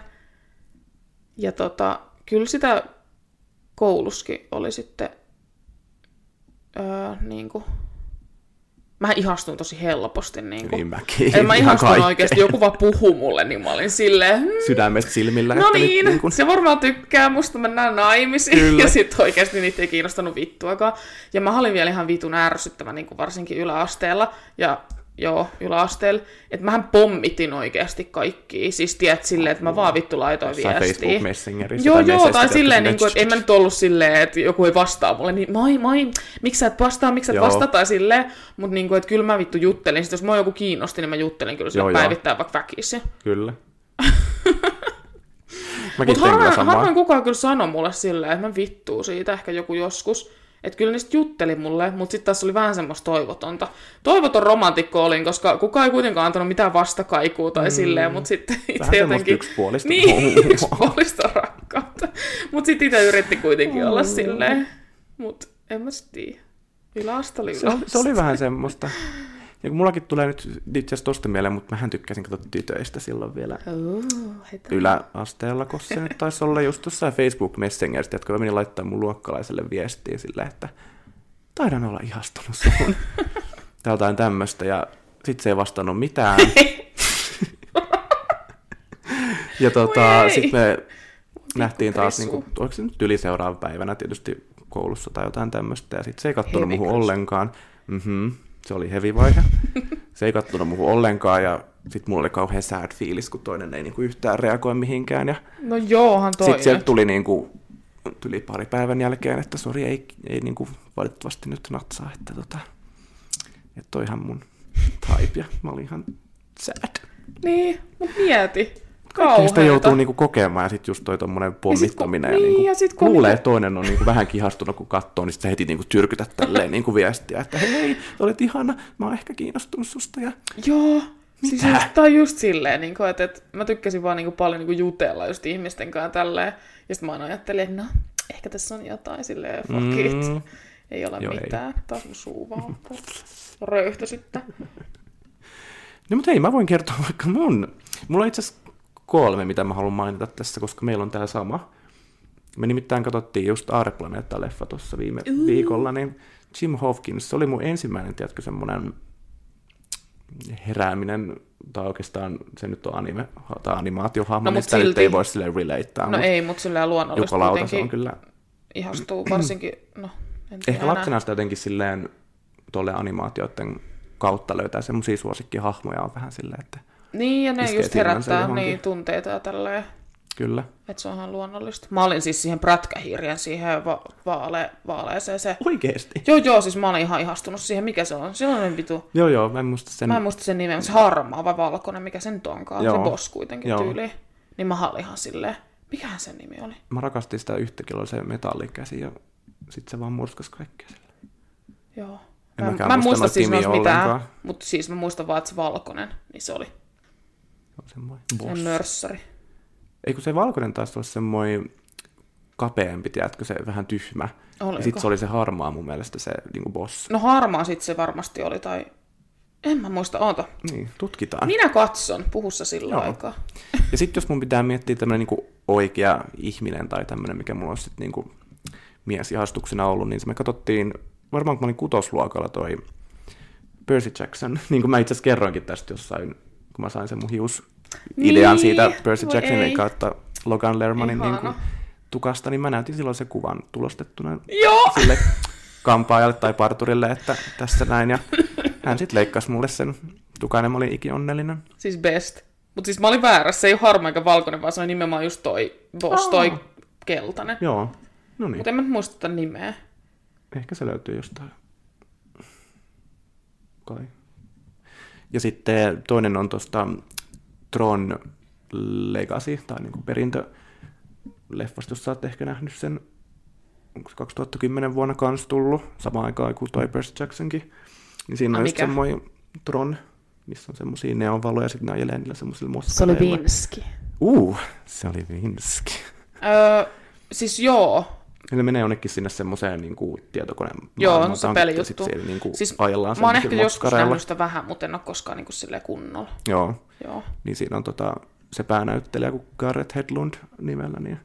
Speaker 2: Ja tota, kyllä sitä kouluskin oli sitten öö, niinku, niin mä ihastun tosi helposti. Niin, kuin.
Speaker 1: Niin mäkin.
Speaker 2: En mä
Speaker 1: ihan
Speaker 2: ihastun
Speaker 1: kaikkeen.
Speaker 2: oikeasti, joku vaan puhuu mulle, niin mä olin silleen, hmm,
Speaker 1: Sydämestä silmillä.
Speaker 2: no
Speaker 1: että nyt
Speaker 2: niin,
Speaker 1: niin kuin,
Speaker 2: se varmaan tykkää musta, mennään naimisiin.
Speaker 1: Kyllä.
Speaker 2: Ja sitten oikeasti niitä ei kiinnostanut vittuakaan. Ja mä olin vielä ihan vitun ärsyttävä, niin kuin varsinkin yläasteella. Ja joo, yläasteella. Että mähän pommitin oikeasti kaikki. Siis tiedät silleen, että mä vaan vittu laitoin
Speaker 1: jossain
Speaker 2: viestiä.
Speaker 1: Facebook Messengerissä.
Speaker 2: Joo, joo,
Speaker 1: Messengerissä,
Speaker 2: tai
Speaker 1: tiedätkö,
Speaker 2: silleen, niin kuin, että en mä
Speaker 1: sinne-
Speaker 2: nyt ollut silleen, että joku ei vastaa mulle, niin moi moi, miksi sä et vastaa, miksi sä et
Speaker 1: Joo.
Speaker 2: vastaa, tai silleen, mutta niin kuin, että kyllä mä vittu juttelin, sitten jos mua joku kiinnosti, niin mä juttelin kyllä
Speaker 1: Joo,
Speaker 2: sillä
Speaker 1: joo.
Speaker 2: päivittäin vaikka väkisin.
Speaker 1: Kyllä. Mäkin
Speaker 2: Mutta
Speaker 1: tein kyllä
Speaker 2: harvoin,
Speaker 1: samaa.
Speaker 2: harvoin kukaan kyllä sanoi mulle silleen, että mä vittuu siitä ehkä joku joskus. Että kyllä niistä jutteli mulle, mutta sitten taas oli vähän semmoista toivotonta. Toivoton romantikko olin, koska kukaan ei kuitenkaan antanut mitään vastakaikua tai mm. silleen, mutta sitten
Speaker 1: Vähän
Speaker 2: itse
Speaker 1: semmoista
Speaker 2: jotenkin...
Speaker 1: yksipuolista.
Speaker 2: Niin, yksipuolista rakkautta. Mutta sitten itse yritti kuitenkin
Speaker 1: Mm.
Speaker 2: olla silleen. Mutta en mä sit tiedä. Yläasta oli
Speaker 1: se, oli, se
Speaker 2: yläaste.
Speaker 1: oli vähän semmoista. Ja kun mullakin tulee nyt itse asiassa tosta mieleen, mutta mähän tykkäsin katsoa tytöistä silloin vielä
Speaker 2: Oo, heitä.
Speaker 1: yläasteella, koska se nyt taisi olla just jossain Facebook Messengeristä, jotka meni laittaa mun luokkalaiselle viestiä sillä, että taidan olla ihastunut sun. tai jotain tämmöistä, ja sit se ei vastannut mitään. ja
Speaker 2: Voi
Speaker 1: tota,
Speaker 2: ei.
Speaker 1: sit me nähtiin taas, niin
Speaker 2: krisu.
Speaker 1: kuin, oliko se nyt yli seuraava päivänä tietysti koulussa tai jotain tämmöistä, ja sitten se ei kattonut
Speaker 2: Heavy
Speaker 1: muuhun
Speaker 2: krisu.
Speaker 1: ollenkaan. Mhm, se oli hevivaihe. se ei kattonut muuhun ollenkaan, ja sitten mulla oli kauhean sad fiilis, kun toinen ei niinku yhtään reagoi mihinkään, ja
Speaker 2: No joohan toi.
Speaker 1: sitten sieltä
Speaker 2: nyt.
Speaker 1: tuli niinku, tuli pari päivän jälkeen, että sori, ei, ei niinku valitettavasti nyt natsaa, että tota, että toi ihan mun type, ja mä olin ihan sad.
Speaker 2: Niin, mut mieti.
Speaker 1: Kaikkea sitä joutuu
Speaker 2: Kauheeta.
Speaker 1: niinku kokemaan, ja sitten just toi tommonen pommittaminen, ja,
Speaker 2: niin,
Speaker 1: niinku,
Speaker 2: ja sit kun
Speaker 1: kuulee,
Speaker 2: niitä-
Speaker 1: että toinen on niinku vähän kihastunut, kun katsoo, niin sit sä heti niinku tyrkytät tälleen niinku viestiä, että hei, olet ihana, mä oon ehkä kiinnostunut susta, ja
Speaker 2: Joo. Siis
Speaker 1: Mitä?
Speaker 2: just, tää on just silleen, niin kuin, että, että mä tykkäsin vaan niin kuin, paljon niin kuin, jutella just ihmisten kanssa tälleen. Ja sitten mä aina ajattelin, että no, ehkä tässä on jotain silleen, fuck mm.
Speaker 1: Mm.
Speaker 2: it. Ei ole
Speaker 1: Joo,
Speaker 2: Joo,
Speaker 1: ei.
Speaker 2: mitään. Ei. Taas mun suu vaan röyhtö sitten.
Speaker 1: No mutta hei, mä voin kertoa vaikka mun. Mulla on itse asiassa kolme, mitä mä haluan mainita tässä, koska meillä on tää sama. Me nimittäin katsottiin just Aareplanetta-leffa tuossa viime mm. viikolla, niin Jim Hopkins, se oli mun ensimmäinen, tiedätkö, semmonen herääminen, tai oikeastaan se nyt on anime, tai animaatiohahmo, no,
Speaker 2: No,
Speaker 1: niin
Speaker 2: mut
Speaker 1: sitä silti... nyt
Speaker 2: silti-
Speaker 1: ei voi silleen relatea,
Speaker 2: No ei, mutta silleen luonnollisesti
Speaker 1: jukalauta se on
Speaker 2: kuitenkin
Speaker 1: kyllä.
Speaker 2: ihastuu varsinkin, no en tiedä
Speaker 1: Ehkä
Speaker 2: enää.
Speaker 1: lapsena sitä jotenkin silleen tuolle animaatioiden kautta löytää semmoisia suosikkihahmoja on vähän silleen, että
Speaker 2: Niin, ja ne
Speaker 1: iskee
Speaker 2: just
Speaker 1: silmänsä
Speaker 2: herättää
Speaker 1: johonkin.
Speaker 2: niin, tunteita ja tälleen.
Speaker 1: kyllä.
Speaker 2: Että se on ihan luonnollista. Mä olin siis siihen prätkähirjen, siihen va- vaale- vaaleeseen se.
Speaker 1: Oikeesti?
Speaker 2: Joo, joo, siis mä olin ihan ihastunut siihen. Mikä se on? Sellainen vitu.
Speaker 1: Joo, joo, mä en muista sen.
Speaker 2: Mä en muista sen nimen, mutta se harmaa vai valkoinen, mikä se nyt onkaan.
Speaker 1: Joo.
Speaker 2: Se boss kuitenkin
Speaker 1: Joo.
Speaker 2: joo. tyyli. Niin mä olin ihan silleen, mikähän sen nimi oli?
Speaker 1: mä rakastin sitä yhtä kiloa se metallikäsi ja sit se vaan murskas kaikkea sillä.
Speaker 2: Joo.
Speaker 1: En
Speaker 2: Mä en,
Speaker 1: mäkään
Speaker 2: mä en
Speaker 1: muista
Speaker 2: muista
Speaker 1: noita
Speaker 2: siis
Speaker 1: nimiä
Speaker 2: noista mitään,
Speaker 1: ollenkaan.
Speaker 2: mutta siis mä muistan vaan, että se valkoinen, niin se oli.
Speaker 1: Se on semmoinen
Speaker 2: Se
Speaker 1: boss.
Speaker 2: mörssari.
Speaker 1: Ei kun se valkoinen taisi olla semmoinen kapeampi, tiedätkö, se vähän tyhmä. Ja
Speaker 2: Oliko?
Speaker 1: sit se oli se harmaa mun mielestä se niinku boss.
Speaker 2: No harmaa sit se varmasti oli, tai... En mä muista, oota.
Speaker 1: Niin, tutkitaan.
Speaker 2: Minä katson, puhussa sillä
Speaker 1: Joo.
Speaker 2: aikaa.
Speaker 1: Ja sitten jos mun pitää miettiä tämmöinen niinku oikea ihminen tai tämmöinen, mikä mulla on sitten niinku miesihastuksena ollut, niin se me katsottiin, varmaan kun mä olin kutosluokalla toi Percy Jackson, niin kuin mä itse asiassa kerroinkin tästä jossain, kun mä sain sen mun hius idean
Speaker 2: Niin,
Speaker 1: siitä Percy
Speaker 2: voi
Speaker 1: Jacksonin
Speaker 2: ei.
Speaker 1: kautta Logan Lermanin
Speaker 2: Ihana.
Speaker 1: niin kuin tukasta, niin mä näytin silloin sen kuvan tulostettuna
Speaker 2: Joo!
Speaker 1: sille kampaajalle tai parturille, että tässä näin, ja hän sitten leikkasi mulle sen tukan, ja mä olin ikionnellinen.
Speaker 2: Siis best. Mutta siis mä olin väärässä, se ei ole harmaa eikä valkoinen, vaan se on nimenomaan just toi boss, toi
Speaker 1: Aa.
Speaker 2: keltainen.
Speaker 1: Joo, no niin.
Speaker 2: Mutta en mä nyt muista tätä nimeä.
Speaker 1: Ehkä se löytyy jostain. Kai. Ja sitten toinen on tuosta Tron Legacy, tai niinku perintö leffasta, jos sä oot ehkä nähnyt sen. Onko se 2010 vuonna kans tullut, samaan aikaan kuin toi Percy Jacksonkin. Niin siinä
Speaker 2: Ai
Speaker 1: on just
Speaker 2: mikä?
Speaker 1: semmoinen Tron, missä on semmosia neonvaloja, ja sitten ne ajelee niillä semmoisilla moskaleilla.
Speaker 2: Vinski.
Speaker 1: Uu, se oli Vinski.
Speaker 2: Öö, siis joo.
Speaker 1: Ja Niin ne menee jonnekin sinne semmoiseen niin kuin, tietokoneen
Speaker 2: Joo, no
Speaker 1: maailmaan,
Speaker 2: se
Speaker 1: tai
Speaker 2: pelijuttu.
Speaker 1: sitten siellä niin kuin,
Speaker 2: Siis
Speaker 1: ajellaan
Speaker 2: mä oon
Speaker 1: semmoisilla
Speaker 2: ehkä joskus
Speaker 1: maskareilla.
Speaker 2: nähnyt sitä vähän, mutta en ole koskaan niinku silleen kunnolla.
Speaker 1: Joo,
Speaker 2: Joo.
Speaker 1: niin siinä on tota, se päänäyttelijä kuin Garrett Hedlund nimellä. Niin...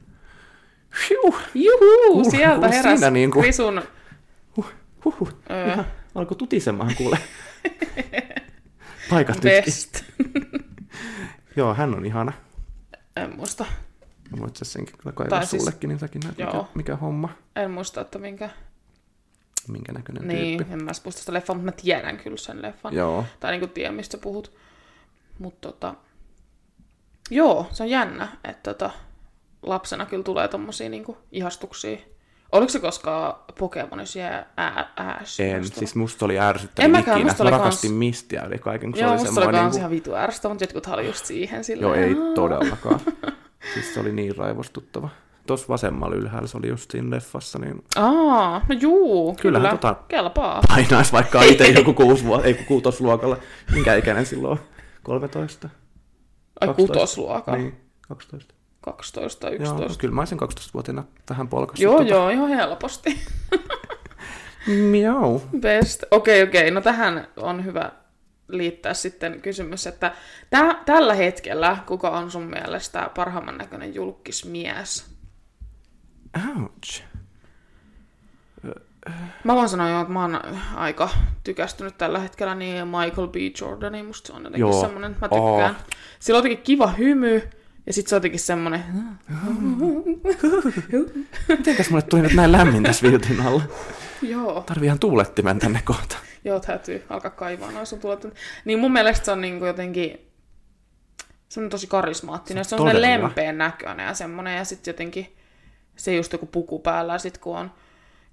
Speaker 1: Hiu,
Speaker 2: Juhu,
Speaker 1: Huh,
Speaker 2: sieltä
Speaker 1: huh,
Speaker 2: heräs
Speaker 1: siinä niinku.
Speaker 2: Krisun
Speaker 1: huh, huh,
Speaker 2: öö,
Speaker 1: alkoi tutisemaan kuule. Paikat
Speaker 2: Best.
Speaker 1: Joo, hän on ihana.
Speaker 2: En muista.
Speaker 1: Mä voit sä senkin kyllä kaivaa
Speaker 2: Tai siis-
Speaker 1: sullekin, niin säkin näet, mikä,
Speaker 2: Joo.
Speaker 1: mikä homma,
Speaker 2: En muista, että minkä.
Speaker 1: minkä näköinen
Speaker 2: Niin,
Speaker 1: tyyppi.
Speaker 2: en mä muista sitä leffaa, mutta mä tiedän kyllä sen leffan.
Speaker 1: Joo,
Speaker 2: Tai niinku tiedän, mistä sä puhut. Mut tota... Joo, se on jännä, että tota, lapsena kyllä tulee tommosia niinku ihastuksia. Oliko se koskaan Pokemonissa ja ää, ääs?
Speaker 1: en. Siis musta oli ärsyttävä
Speaker 2: En mäkään,
Speaker 1: ikinä.
Speaker 2: musta
Speaker 1: mä
Speaker 2: oli kans-
Speaker 1: rakastin mistiä yli kaiken, kun
Speaker 2: Joo,
Speaker 1: se oli
Speaker 2: musta se oli
Speaker 1: semmoinen...
Speaker 2: kans
Speaker 1: Niin
Speaker 2: ihan vitu ärsyttävä, mutta jotkut oli just siihen silleen.
Speaker 1: Joo, ei
Speaker 2: "Aa,
Speaker 1: todellakaan. siis se oli niin raivostuttava. Tuossa vasemmalla ylhäällä se oli just siinä leffassa, niin
Speaker 2: Aa, no juu,
Speaker 1: Kyllähän
Speaker 2: kyllä,
Speaker 1: tota-
Speaker 2: kelpaa.
Speaker 1: painaisi vaikka itse joku kuusi vuotta, ei kun kuutosluokalla. Minkä ikäinen silloin on? 13?
Speaker 2: Ai
Speaker 1: 12.
Speaker 2: kutosluokan, niin.
Speaker 1: Niin, 12.
Speaker 2: 12 tai
Speaker 1: Joo, tota-
Speaker 2: 11. Joo,
Speaker 1: kyllä mä olisin 12-vuotiaana tähän polkassa.
Speaker 2: joo, joo, ihan helposti.
Speaker 1: Miau.
Speaker 2: Best. Okei, okay, okei. Okay. No tähän on hyvä liittää sitten kysymys, että tä- tällä hetkellä kuka on sun mielestä parhaimman näköinen julkismies?
Speaker 1: Ouch.
Speaker 2: Mä voin sanoa jo, että mä oon aika tykästynyt tällä hetkellä niin Michael B. Jordaniin. Musta se on jotenkin
Speaker 1: Joo.
Speaker 2: semmonen, mä tykkään.
Speaker 1: Aa.
Speaker 2: Sillä on jotenkin kiva hymy, ja sit se on jotenkin semmonen...
Speaker 1: Mitenkäs mulle tuli nyt näin lämmin tässä viltin alla?
Speaker 2: Joo,
Speaker 1: Tarvii ihan tuulettimen tänne kohta.
Speaker 2: joo, täytyy alkaa kaivaa noin sun tulot. Niin mun mielestä se on niinku jotenkin semmoinen tosi karismaattinen. Se on semmoinen
Speaker 1: Todella.
Speaker 2: lempeän näköinen ja semmoinen. Ja sitten jotenkin se just joku puku päällä. Ja sitten kun on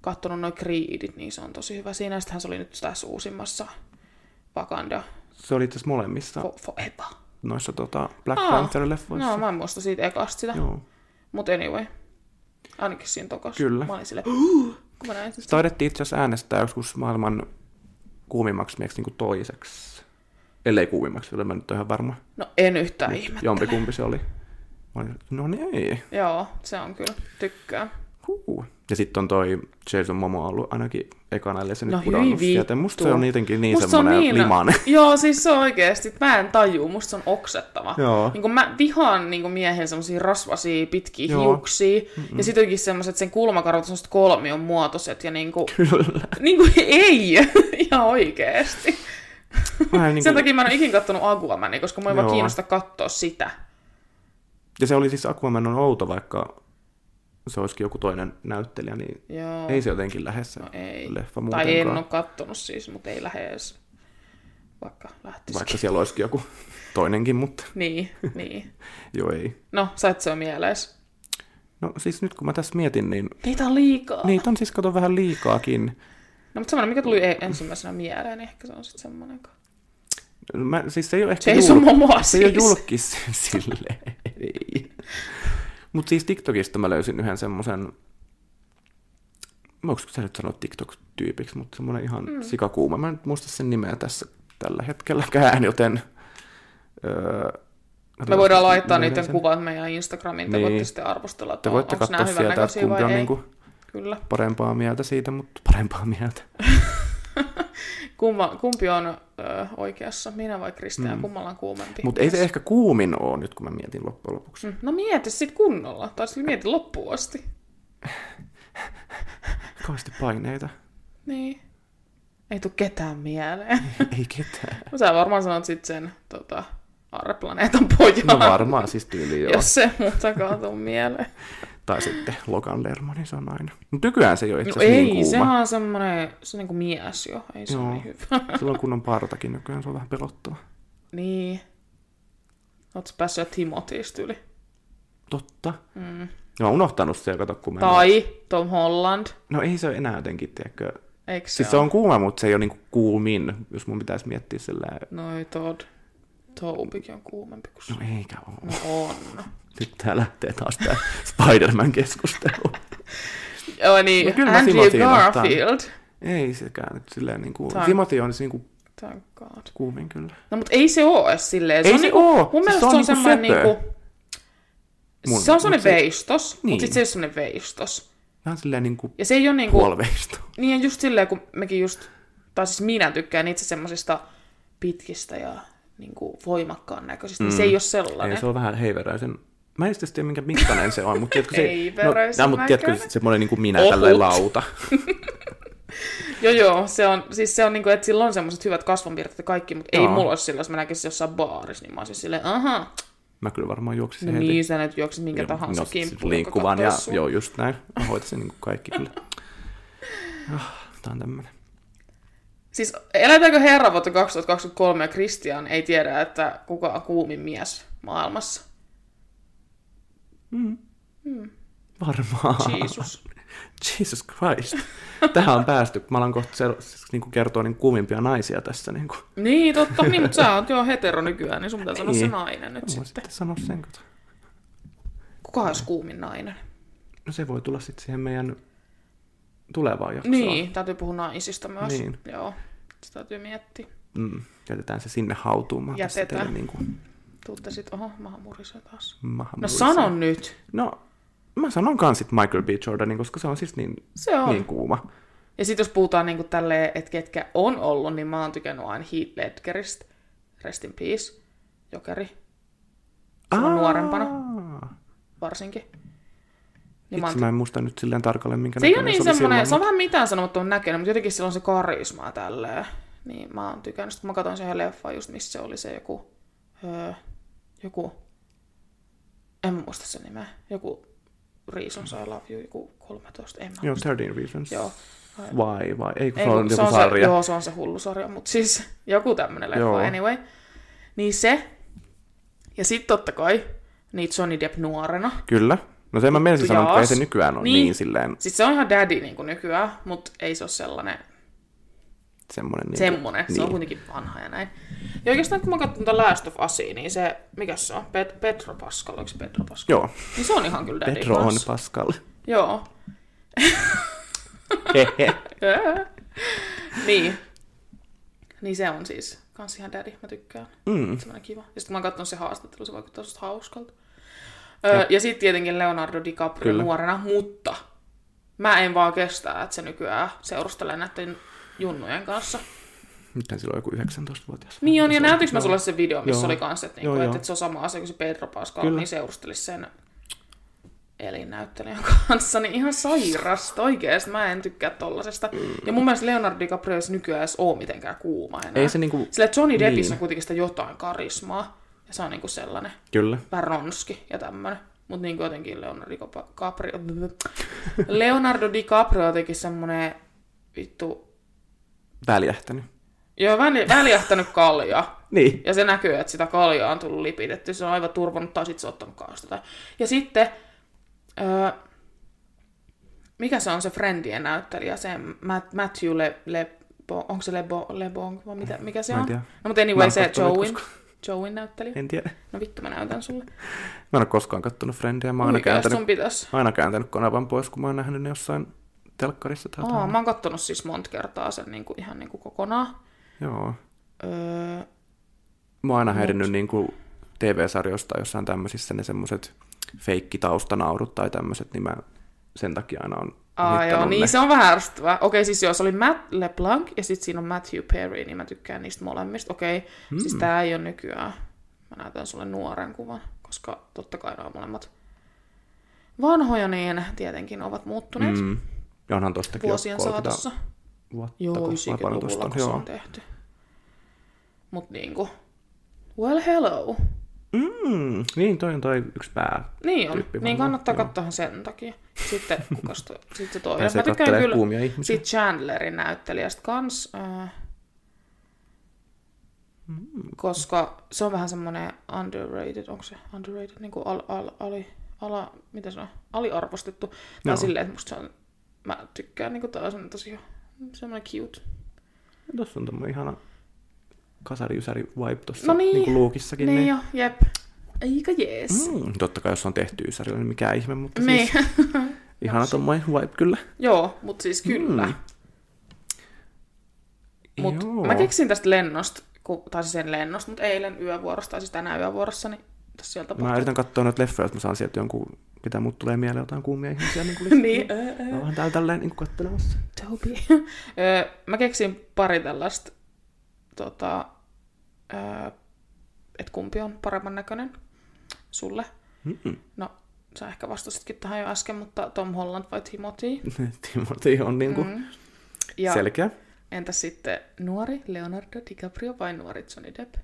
Speaker 2: kattonut noin kriidit, niin se on tosi hyvä siinä. Sittenhän se oli nyt tässä uusimmassa Wakanda
Speaker 1: Se oli tässä molemmissa
Speaker 2: for, Forever.
Speaker 1: noissa tota, Black
Speaker 2: Aa,
Speaker 1: Panther-leffoissa.
Speaker 2: No mä en muista siitä ekasta sitä.
Speaker 1: Joo.
Speaker 2: Mutta anyway. Ainakin siinä tokassa.
Speaker 1: Kyllä.
Speaker 2: Mä olin silleen, "Huh!" kun mä näin sen.
Speaker 1: Taidettiin itse asiassa äänestää joskus maailman kuumimmaksi mieksi niin kuin toiseksi. Ellei kuumimmaksi, kyllä mä nyt oon ihan varma.
Speaker 2: No en yhtään ihmettä.
Speaker 1: Jompikumpi se oli. Mä olin, no niin.
Speaker 2: Joo, se on kyllä. Tykkää.
Speaker 1: Huu. Ja sitten on toi Jason Momoa ollut ainakin ekana, ellei se nyt
Speaker 2: No
Speaker 1: pudonnut
Speaker 2: hyi
Speaker 1: sieltä. Musta se
Speaker 2: vittu.
Speaker 1: on jotenkin niin
Speaker 2: Musta se on
Speaker 1: semmoinen
Speaker 2: niin-
Speaker 1: limainen.
Speaker 2: Joo, siis se oikeesti. Mä en tajuu, musta se on oksettava.
Speaker 1: Joo.
Speaker 2: Niin kun mä vihaan niin kun miehen semmosia rasvasia pitkiä
Speaker 1: Joo.
Speaker 2: Joo. hiuksia. Mm-mm. Ja sit jotenkin semmoset sen kulmakarvat, semmoset kolmion muotoiset ja niinku...
Speaker 1: Kyllä.
Speaker 2: niinku ei! Ihan oikeesti.
Speaker 1: Niinku- Vähän niin
Speaker 2: Sen
Speaker 1: kuin,
Speaker 2: takia mä en ole ikinä kattonut Aquamania, koska mua ei vaan
Speaker 1: Joo.
Speaker 2: kiinnosta katsoa sitä.
Speaker 1: ja se oli siis Aquaman on outo, vaikka se olisikin joku toinen näyttelijä, niin
Speaker 2: Joo.
Speaker 1: ei se jotenkin lähes se
Speaker 2: no, ei.
Speaker 1: leffa
Speaker 2: tai en
Speaker 1: muutenkaan.
Speaker 2: ole kattonut siis, mutta ei lähes. Vaikka lähtisikin.
Speaker 1: Vaikka siellä olisikin joku toinenkin, mutta
Speaker 2: Niin, niin.
Speaker 1: joo ei.
Speaker 2: No, sä et se ole mielees.
Speaker 1: No siis nyt kun mä tässä mietin, niin
Speaker 2: Niitä on liikaa.
Speaker 1: niitä on siis kato vähän liikaakin.
Speaker 2: No mutta semmoinen, mikä tuli e- ensimmäisenä mieleen, niin ehkä se on sitten semmoinen. kun-
Speaker 1: Mä, siis se ei ole ehkä
Speaker 2: Jason
Speaker 1: julk-
Speaker 2: Momoa
Speaker 1: se ei ole
Speaker 2: siis.
Speaker 1: julkis silleen. ei. Mut siis TikTokista mä löysin yhden semmosen, voiko sä nyt sanoa TikTok-tyypiksi, mutta semmonen ihan mm. sikakuuma. Mä en nyt muista sen nimeä tässä tällä hetkelläkään, joten... Öö,
Speaker 2: Me voidaan laittaa
Speaker 1: löydän
Speaker 2: niiden
Speaker 1: sen.
Speaker 2: kuvat meidän Instagramiin, te
Speaker 1: Niin.
Speaker 2: voitte sitten arvostella, että
Speaker 1: Te
Speaker 2: on,
Speaker 1: voitte
Speaker 2: onko nämä
Speaker 1: katsoa sieltä, että
Speaker 2: hyvännäköisiä
Speaker 1: kumpi
Speaker 2: vai
Speaker 1: on
Speaker 2: ei.
Speaker 1: niinku
Speaker 2: Kyllä.
Speaker 1: parempaa mieltä siitä, mutta parempaa mieltä.
Speaker 2: Kumma, kumpi on ö, oikeassa, minä vai Kristian, mm. kummalla on kuumempi?
Speaker 1: Mutta ei se ehkä kuumin ole nyt, kun mä mietin loppujen lopuksi.
Speaker 2: Mm, No mieti sit kunnolla, tai sitten mieti loppuun asti.
Speaker 1: Kauheasti paineita.
Speaker 2: Niin. Ei tuu ketään mieleen.
Speaker 1: Ei ketään.
Speaker 2: Sä varmaan sanot sit sen tota, Arreplaneetan pojan,
Speaker 1: No varmaan siis tyyli joo.
Speaker 2: jos se muutakaan tuu mieleen.
Speaker 1: Tai sitten Logan Lerman, niin se on aina. No nykyään se ei ole itse
Speaker 2: No
Speaker 1: asiassa
Speaker 2: ei,
Speaker 1: niin kuuma.
Speaker 2: sehän on semmonen, se on niinku mies jo, ei se Joo.
Speaker 1: Joo.
Speaker 2: ole niin hyvä.
Speaker 1: Silloin kun on partakin nykyään, se on vähän pelottava.
Speaker 2: Niin. Oletko päässyt jo Timothystä yli?
Speaker 1: Totta. Mm. Mä oon unohtanut sen, kato kun mä... en ole-
Speaker 2: Tai Tom Holland.
Speaker 1: No ei se ole enää jotenkin, tiedätkö.
Speaker 2: Eikö se
Speaker 1: Siis
Speaker 2: siis
Speaker 1: se
Speaker 2: on...
Speaker 1: on kuuma, mutta se ei ole niinku kuumin, jos mun pitäisi miettiä sillä...
Speaker 2: Noi Todd. Tobikin on kuumempi kuin se.
Speaker 1: No eikä oo.
Speaker 2: No on.
Speaker 1: Nyt tää lähtee taas tää Spider-Man keskustelu.
Speaker 2: Joo niin,
Speaker 1: No kyllä mä
Speaker 2: Andrew
Speaker 1: Timothy nostan.
Speaker 2: Garfield.
Speaker 1: ei sekään nyt silleen niinku...
Speaker 2: Tää-
Speaker 1: Timothy on se niinku
Speaker 2: Thank God.
Speaker 1: kuumin kyllä.
Speaker 2: No mut ei se oo edes silleen. Se
Speaker 1: Ei
Speaker 2: on
Speaker 1: se
Speaker 2: niinku,
Speaker 1: oo.
Speaker 2: Mun
Speaker 1: Siis
Speaker 2: mielestä se on, semmoinen
Speaker 1: söpö.
Speaker 2: niinku...
Speaker 1: Mun-
Speaker 2: se on semmoinen
Speaker 1: mut se-
Speaker 2: veistos, niin.
Speaker 1: Niin.
Speaker 2: mutta sit se ei ole semmoinen veistos.
Speaker 1: Vähän silleen niinku
Speaker 2: Ja se ei ole niinku...
Speaker 1: puolveisto.
Speaker 2: Niin ja just silleen, kun mekin just, tai siis minä tykkään itse semmoisista pitkistä ja niin kuin voimakkaan näköisistä, mm. niin se ei ole sellainen.
Speaker 1: Ei, se on vähän heiveräisen. Mä en sitten tiedä, minkä mittainen se no, on, mutta tiedätkö se...
Speaker 2: Heiveräisen
Speaker 1: no, mutta tiedätkö
Speaker 2: näköinen.
Speaker 1: semmoinen niin kuin minä
Speaker 2: Ohut.
Speaker 1: tällä lauta.
Speaker 2: joo, joo, se on, siis se on niinku, että sillä on semmoiset hyvät kasvonpiirteet ja kaikki, mutta ei mulla olisi sillä, jos mä näkisin jossain baarissa, niin mä olisin silleen, aha,
Speaker 1: Mä kyllä varmaan juoksisin
Speaker 2: no
Speaker 1: heti.
Speaker 2: niin sä nyt juoksit minkä tahansa
Speaker 1: jos
Speaker 2: kimppuun,
Speaker 1: liikkuvan
Speaker 2: joka
Speaker 1: ja
Speaker 2: katsoo sua.
Speaker 1: joo, just näin. Mä hoitasin niin kaikki kyllä. Ah, tää on tämmönen.
Speaker 2: Siis eletäänkö herra vuotta 2023 ja Christian ei tiedä, että kuka on kuumin mies maailmassa?
Speaker 1: Varmaan.
Speaker 2: Jeesus.
Speaker 1: Jesus Christ. Tähän on päästy. Mä alan kohta se, niin kuin kertoa niin kuumimpia naisia tässä. Niin kuin.
Speaker 2: Niin, totta. Niin, mutta sä oot jo hetero nykyään, niin sun pitää sanoa se
Speaker 1: Niin.
Speaker 2: nainen nyt
Speaker 1: Mä voin
Speaker 2: sitten.
Speaker 1: sitten sanoa sen, kato.
Speaker 2: Kuka olisi kuumin nainen?
Speaker 1: No se voi tulla sitten siihen meidän tulevaan jaksoon.
Speaker 2: Niin, täytyy puhua naisista myös.
Speaker 1: Niin.
Speaker 2: Joo, sitä täytyy miettiä.
Speaker 1: Mm, jätetään se sinne hautumaan.
Speaker 2: Jätetään.
Speaker 1: Niin kuin,
Speaker 2: Tuutte sit, oho, maha murisee taas. No
Speaker 1: no,
Speaker 2: sano nyt.
Speaker 1: no, mä sanon kans sit Michael B. Jordanin, koska se on siis niin,
Speaker 2: Se on.
Speaker 1: niin kuuma.
Speaker 2: Ja sitten jos puhutaan niinku tälleen, että ketkä on ollut, niin mä oon tykännyt aina Heath Ledgeristä. Rest in peace. Jokeri. Silloin nuorempana
Speaker 1: Aa.
Speaker 2: varsinkin. Niin mä oon
Speaker 1: Itse mä en muista nyt silleen tarkalleen, minkä
Speaker 2: Se ei ole
Speaker 1: näköinen
Speaker 2: niin
Speaker 1: oli silloin,
Speaker 2: semmoinen, se on vähän mitään sanomattoman näköinen, mutta jotenkin sillä on se karismaa tälleen. Niin mä oon tykännyt, Sitten kun mä katsoin sen leffaan just, missä se oli se joku, öö, joku, en mä muista sen nimeä, joku Reasons I Love You, joku 13, en mä
Speaker 1: Joo, 13 Reasons.
Speaker 2: Joo.
Speaker 1: Vai, vai, ei kun
Speaker 2: Ei,
Speaker 1: se on
Speaker 2: kun
Speaker 1: joku
Speaker 2: se on se,
Speaker 1: sarja.
Speaker 2: joo, se on se hullu sarja, mutta siis joku tämmöinen leffa
Speaker 1: Joo.
Speaker 2: anyway. Niin se, ja sitten totta kai, niitä Johnny Depp nuorena.
Speaker 1: Kyllä. No se mä menisin sanoa, että ei
Speaker 2: Jaas.
Speaker 1: se nykyään ole
Speaker 2: Niin.
Speaker 1: niin, niin silleen
Speaker 2: Sitten se on ihan daddy niin kuin nykyään, mutta ei se ole sellainen
Speaker 1: semmoinen. Niin,
Speaker 2: Semmonen,
Speaker 1: Niin.
Speaker 2: se on kuitenkin vanha ja näin. Ja oikeastaan kun mä katson tätä Last of Usia, niin se, mikä se on? Pet- Petro Pascal, oliko se Petro Pascal?
Speaker 1: Joo,
Speaker 2: Niin se on ihan kyllä daddy
Speaker 1: Pedro on
Speaker 2: kanssa.
Speaker 1: Pascal.
Speaker 2: Joo.
Speaker 1: Hehe.
Speaker 2: Ää. niin. Niin se on siis kans ihan daddy, mä tykkään. Mm. Semmoinen kiva. Ja sitten kun mä katson se haastattelu, se vaikuttaa susta hauskalta. Öö, ja sitten tietenkin Leonardo DiCaprio
Speaker 1: Kyllä.
Speaker 2: nuorena, mutta mä en vaan kestä, että se nykyään seurustelee näiden junnujen kanssa.
Speaker 1: Nythän silloin joku 19-vuotias.
Speaker 2: Niin on, ja
Speaker 1: Se
Speaker 2: näytinkö mä
Speaker 1: joo.
Speaker 2: sulle se video, missä
Speaker 1: Joo.
Speaker 2: oli kans, että, niinku,
Speaker 1: Joo,
Speaker 2: että,
Speaker 1: joo.
Speaker 2: että se on sama asia kuin se Pedro Pascal,
Speaker 1: Kyllä.
Speaker 2: niin seurustelisi sen elinnäyttelijän kanssa, niin ihan sairasta oikeesti, mä en tykkää tollasesta.
Speaker 1: Mm.
Speaker 2: Ja mun mielestä Leonardo DiCaprio ei nykyään edes oo mitenkään kuuma enää.
Speaker 1: Ei se niinku-
Speaker 2: Sillä Johnny Deppissä
Speaker 1: niin.
Speaker 2: on kuitenkin sitä jotain karismaa, ja se on niinku sellainen
Speaker 1: Kyllä.
Speaker 2: vähän ronski ja tämmönen. Mut niinku jotenkin Leonardo DiCaprio... Leonardo DiCaprio on jotenkin semmonen vittu...
Speaker 1: Väljähtänyt.
Speaker 2: Joo, väli- väljähtänyt kalja.
Speaker 1: Niin.
Speaker 2: Ja se näkyy, että sitä kaljaa on tullut lipitetty. Se on aivan turvonnut, tai sitten se on ottanut kaasta. tai- Ja sitten, öö, mikä se on se Friendien näyttelijä, se Matt, Matthew Le, Le, Bo- onko se Le, Bo, Le Bong, vai mitä, mikä se
Speaker 1: Mä en
Speaker 2: on?
Speaker 1: tiedä.
Speaker 2: No mutta
Speaker 1: Mä
Speaker 2: anyway,
Speaker 1: en
Speaker 2: se
Speaker 1: kattonut
Speaker 2: Joeyn, Joeyn näyttelijä.
Speaker 1: En tiedä.
Speaker 2: No vittu, mä näytän sulle.
Speaker 1: Mä en ole koskaan kattonut Friendia. Mä oon aina
Speaker 2: Mikä
Speaker 1: kääntänyt,
Speaker 2: sun pitäisi?
Speaker 1: aina kääntänyt kanavan pois, kun mä oon nähnyt ne jossain telkkarissa tai
Speaker 2: Aa,
Speaker 1: jotain.
Speaker 2: mä oon kattonut siis monta kertaa sen niinku, ihan niinku kokonaan.
Speaker 1: Joo.
Speaker 2: Öö,
Speaker 1: Mä oon aina häirinnyt niin kuin TV-sarjoista jossain tämmöisissä ne semmoiset feikkitaustanaurut tai tämmöiset, niin mä sen takia aina on
Speaker 2: Aa, joo,
Speaker 1: ohittanut
Speaker 2: niin
Speaker 1: ne.
Speaker 2: se on vähän ärsyttävää. Okei, siis jos oli Matt LeBlanc ja sitten siinä on Matthew Perry, niin mä tykkään niistä molemmista. Okei, mm.
Speaker 1: Hmm.
Speaker 2: siis tää ei ole nykyään. Mä näytän sulle nuoren kuvan, koska totta kai nämä molemmat vanhoja, niin tietenkin ovat muuttuneet mm.
Speaker 1: Mm. Ja onhan tostakin jo
Speaker 2: vuosien
Speaker 1: 30
Speaker 2: saatossa.
Speaker 1: Vuotta,
Speaker 2: Joo,
Speaker 1: kun- vai paljon
Speaker 2: 90-luvulla,
Speaker 1: tosta on?
Speaker 2: kun se on tehty. Mut niinku, well hello.
Speaker 1: Mm, niin, toi on toi yksi pää.
Speaker 2: Niin on,
Speaker 1: Tyyppi
Speaker 2: niin
Speaker 1: varmaan,
Speaker 2: kannattaa
Speaker 1: joo.
Speaker 2: katsoa sen takia. Sitten kukas toi, sitten se toinen.
Speaker 1: Pääsee
Speaker 2: Mä tykkään
Speaker 1: kattelee
Speaker 2: kyllä,
Speaker 1: kuumia ihmisiä.
Speaker 2: Siitä Chandlerin näyttelijästä kans, äh,
Speaker 1: Mm.
Speaker 2: koska se on vähän semmoinen underrated, onko se underrated, niin kuin al, al, ali, ala, mitä se on, aliarvostettu. Tai
Speaker 1: Joo.
Speaker 2: silleen, että musta se on, mä tykkään, niin kuin taas on tosi semmoinen cute.
Speaker 1: Niin, Tuossa on tommonen ihana kasari-ysäri vibe tuossa
Speaker 2: No niin,
Speaker 1: niin luukissakin.
Speaker 2: niin
Speaker 1: Niin.
Speaker 2: jo, jep. Aika jees.
Speaker 1: Mm, totta kai, jos on tehty ysärillä, niin mikä ihme, mutta
Speaker 2: Mm, niin,
Speaker 1: siis ihana tommonen vibe kyllä.
Speaker 2: joo, mutta siis kyllä.
Speaker 1: Mm.
Speaker 2: Mut
Speaker 1: Joo.
Speaker 2: mä keksin tästä lennosta, ku, tai siis sen lennosta, mutta eilen yövuorossa, tai siis tänään yövuorossa, niin tässä sieltä
Speaker 1: Mä
Speaker 2: tapahtui.
Speaker 1: yritän katsoa noita leffoja, jos mä saan sieltä jonkun, ketä mut tulee mieleen jotain kuumia ihmisiä. Niin kuin
Speaker 2: niin, öö, öö,
Speaker 1: Mä oon täällä tälleen niin kattelemassa.
Speaker 2: Toby. Öö, mä keksin pari tällaista, tota, öö, että kumpi on paremman näköinen sulle.
Speaker 1: Mm-mm.
Speaker 2: No, sä ehkä vastasitkin tähän jo äsken, mutta Tom Holland vai Timothy?
Speaker 1: Timothy on niinku, mm. niin
Speaker 2: Ja
Speaker 1: Selkeä.
Speaker 2: entäs sitten nuori Leonardo DiCaprio vai nuori Johnny Depp?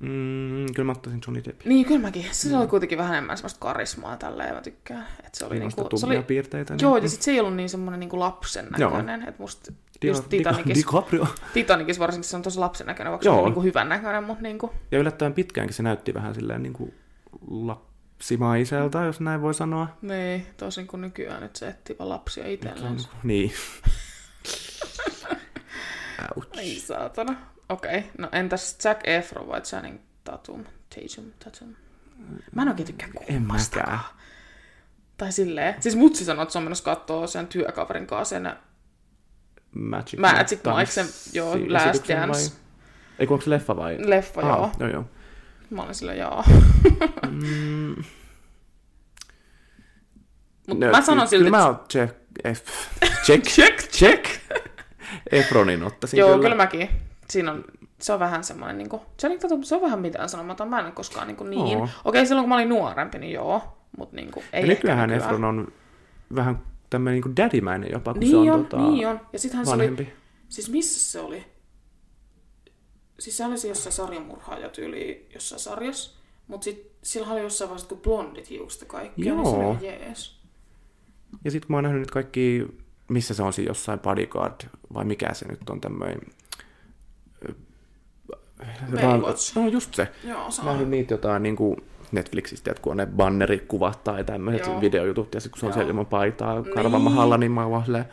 Speaker 1: Mm, kyllä mä ottaisin Johnny Deppin.
Speaker 2: Niin, kyllä mäkin. Sillä oli kuitenkin vähän enemmän semmoista karismaa tällä ja mä tykkään. Että se oli
Speaker 1: Mm. Niin,
Speaker 2: niinku, se
Speaker 1: tummia
Speaker 2: oli,
Speaker 1: piirteitä.
Speaker 2: joo, ja sit se ei ollut niin semmoinen niinku lapsen
Speaker 1: Joo.
Speaker 2: näköinen. Että musta
Speaker 1: Di-
Speaker 2: just
Speaker 1: Di-
Speaker 2: Titanicissa,
Speaker 1: DiCaprio.
Speaker 2: Titanicissa varsinkin se on tosi lapsen näköinen, vaikka se
Speaker 1: Joo.
Speaker 2: on niinku hyvän näköinen, mutta niinku,
Speaker 1: Ja yllättäen pitkäänkin se näytti vähän silleen niin kuin lapsimaiselta, jos näin voi sanoa.
Speaker 2: niin, tosin kuin nykyään nyt se etsii vaan lapsia itselleen.
Speaker 1: Niin. Ouch.
Speaker 2: Ei saatana. Okei, okay. no entäs Zac Efron vai Channing Tatum? Tatum, Tatum. Mä en oikein tykkää
Speaker 1: En
Speaker 2: kummasta.
Speaker 1: mäkään.
Speaker 2: Tai silleen. Siis mutsi sanoi, että se on menossa kattoo sen työkaverin kanssa sen
Speaker 1: Magic,
Speaker 2: Magic
Speaker 1: Mike
Speaker 2: Mike'sen, joo,
Speaker 1: tanssi-
Speaker 2: Last
Speaker 1: esityksen vai-
Speaker 2: Dance.
Speaker 1: Ei kun onko se leffa vai?
Speaker 2: leffa,
Speaker 1: Ah,
Speaker 2: joo.
Speaker 1: joo, joo.
Speaker 2: Mä olin sillä joo.
Speaker 1: Mm,
Speaker 2: Mut
Speaker 1: no,
Speaker 2: mä sanon
Speaker 1: ky-
Speaker 2: silti,
Speaker 1: Kyllä mä
Speaker 2: että
Speaker 1: oon check, F, check,
Speaker 2: check,
Speaker 1: check. Efronin ottaisin
Speaker 2: Joo,
Speaker 1: kyllä.
Speaker 2: kyllä. mäkin. Siinä on, se on vähän semmoinen, niin kuin, Channing Tatum, se on vähän mitään sanomaton, mä en ole koskaan niin. Kuin, niin.
Speaker 1: Oo.
Speaker 2: Okei, silloin kun mä olin nuorempi, niin joo, mutta niin kuin, ei
Speaker 1: Ja
Speaker 2: ehkä
Speaker 1: nykyään
Speaker 2: nykyään.
Speaker 1: Efron on vähän tämmöinen niin dädimäinen jopa, kun se on,
Speaker 2: Niin on,
Speaker 1: tota,
Speaker 2: niin on. Ja sittenhän se oli,
Speaker 1: vanhempi.
Speaker 2: siis missä se oli? Siis se oli se jossain sarjamurhaaja tyyli jossain sarjassa, mutta sit, sillä oli jossain vaiheessa kun blondit hiukset kaikki, niin se
Speaker 1: Joo.
Speaker 2: oli ihan jees.
Speaker 1: Ja sitten mä oon nähnyt nyt kaikki, missä se on siinä jossain bodyguard, vai mikä se nyt on tämmöinen...
Speaker 2: Baywatch.
Speaker 1: No just se.
Speaker 2: Joo, se
Speaker 1: Mä oon
Speaker 2: on.
Speaker 1: nähnyt niitä jotain niin kuin Netflixistä, että kun on ne bannerikuvat tai tämmöiset
Speaker 2: Joo.
Speaker 1: videojutut, ja sitten kun se on
Speaker 2: Joo.
Speaker 1: siellä ilman paitaa
Speaker 2: Niin.
Speaker 1: karvamahalla, niin mä oon vaan silleen,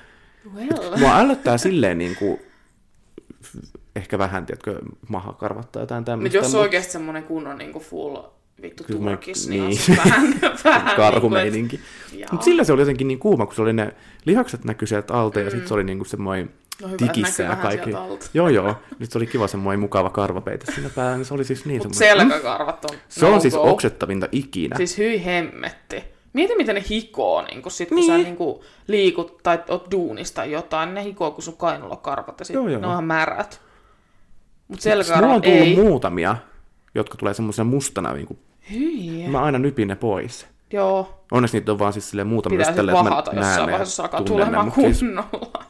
Speaker 2: Well.
Speaker 1: Mua ällöttää silleen niin kuin, ehkä vähän, tiedätkö, maha karvattaa jotain
Speaker 2: Nyt
Speaker 1: tämmöistä.
Speaker 2: jos on oikeasti semmoinen kunnon niinku full vittu
Speaker 1: Kyllä mä-
Speaker 2: turkis, niin, on
Speaker 1: niin.
Speaker 2: se vähän, vähän niin
Speaker 1: karhumeininki.
Speaker 2: kuin,
Speaker 1: Mutta sillä se oli jotenkin niin kuuma, kun se oli ne lihakset näkyi sieltä alta ja sitten se oli niin kuin semmoinen
Speaker 2: Mm. No hyvä, että
Speaker 1: tikissä
Speaker 2: näkyy
Speaker 1: ja
Speaker 2: vähän
Speaker 1: kaikki.
Speaker 2: sieltä alta.
Speaker 1: Joo joo, nyt se oli kiva semmoinen mukava karvapeite siinä päällä, niin se oli siis niin
Speaker 2: Mut no
Speaker 1: semmoinen.
Speaker 2: selkäkarvat on
Speaker 1: Se on siis
Speaker 2: no-go.
Speaker 1: oksettavinta ikinä.
Speaker 2: Siis hyi hemmetti. Mieti, miten ne hikoo, niin kun, sit, kun
Speaker 1: Niin.
Speaker 2: niin. sä niin kun, liikut tai oot duunista jotain. Ne hikoo, kun sun kainulla karvat ja sit
Speaker 1: Joo,
Speaker 2: joo,
Speaker 1: joo. Siis
Speaker 2: joo. ne onhan märät. Mut
Speaker 1: Mulla
Speaker 2: selkäkarvat
Speaker 1: on tullut
Speaker 2: ei.
Speaker 1: muutamia, jotka tulee semmoisena mustana, niin kuin,
Speaker 2: Hyi.
Speaker 1: mä aina nypin ne pois.
Speaker 2: Joo,
Speaker 1: Onneksi niitä on vaan siis silleen muutamia,
Speaker 2: pitää
Speaker 1: just
Speaker 2: sit
Speaker 1: tälleen, että mä
Speaker 2: vahata
Speaker 1: näen
Speaker 2: jossain
Speaker 1: ne
Speaker 2: vaiheessa, jos alkaa
Speaker 1: tunnen ne,
Speaker 2: tulemaan
Speaker 1: mut siis
Speaker 2: kunnolla.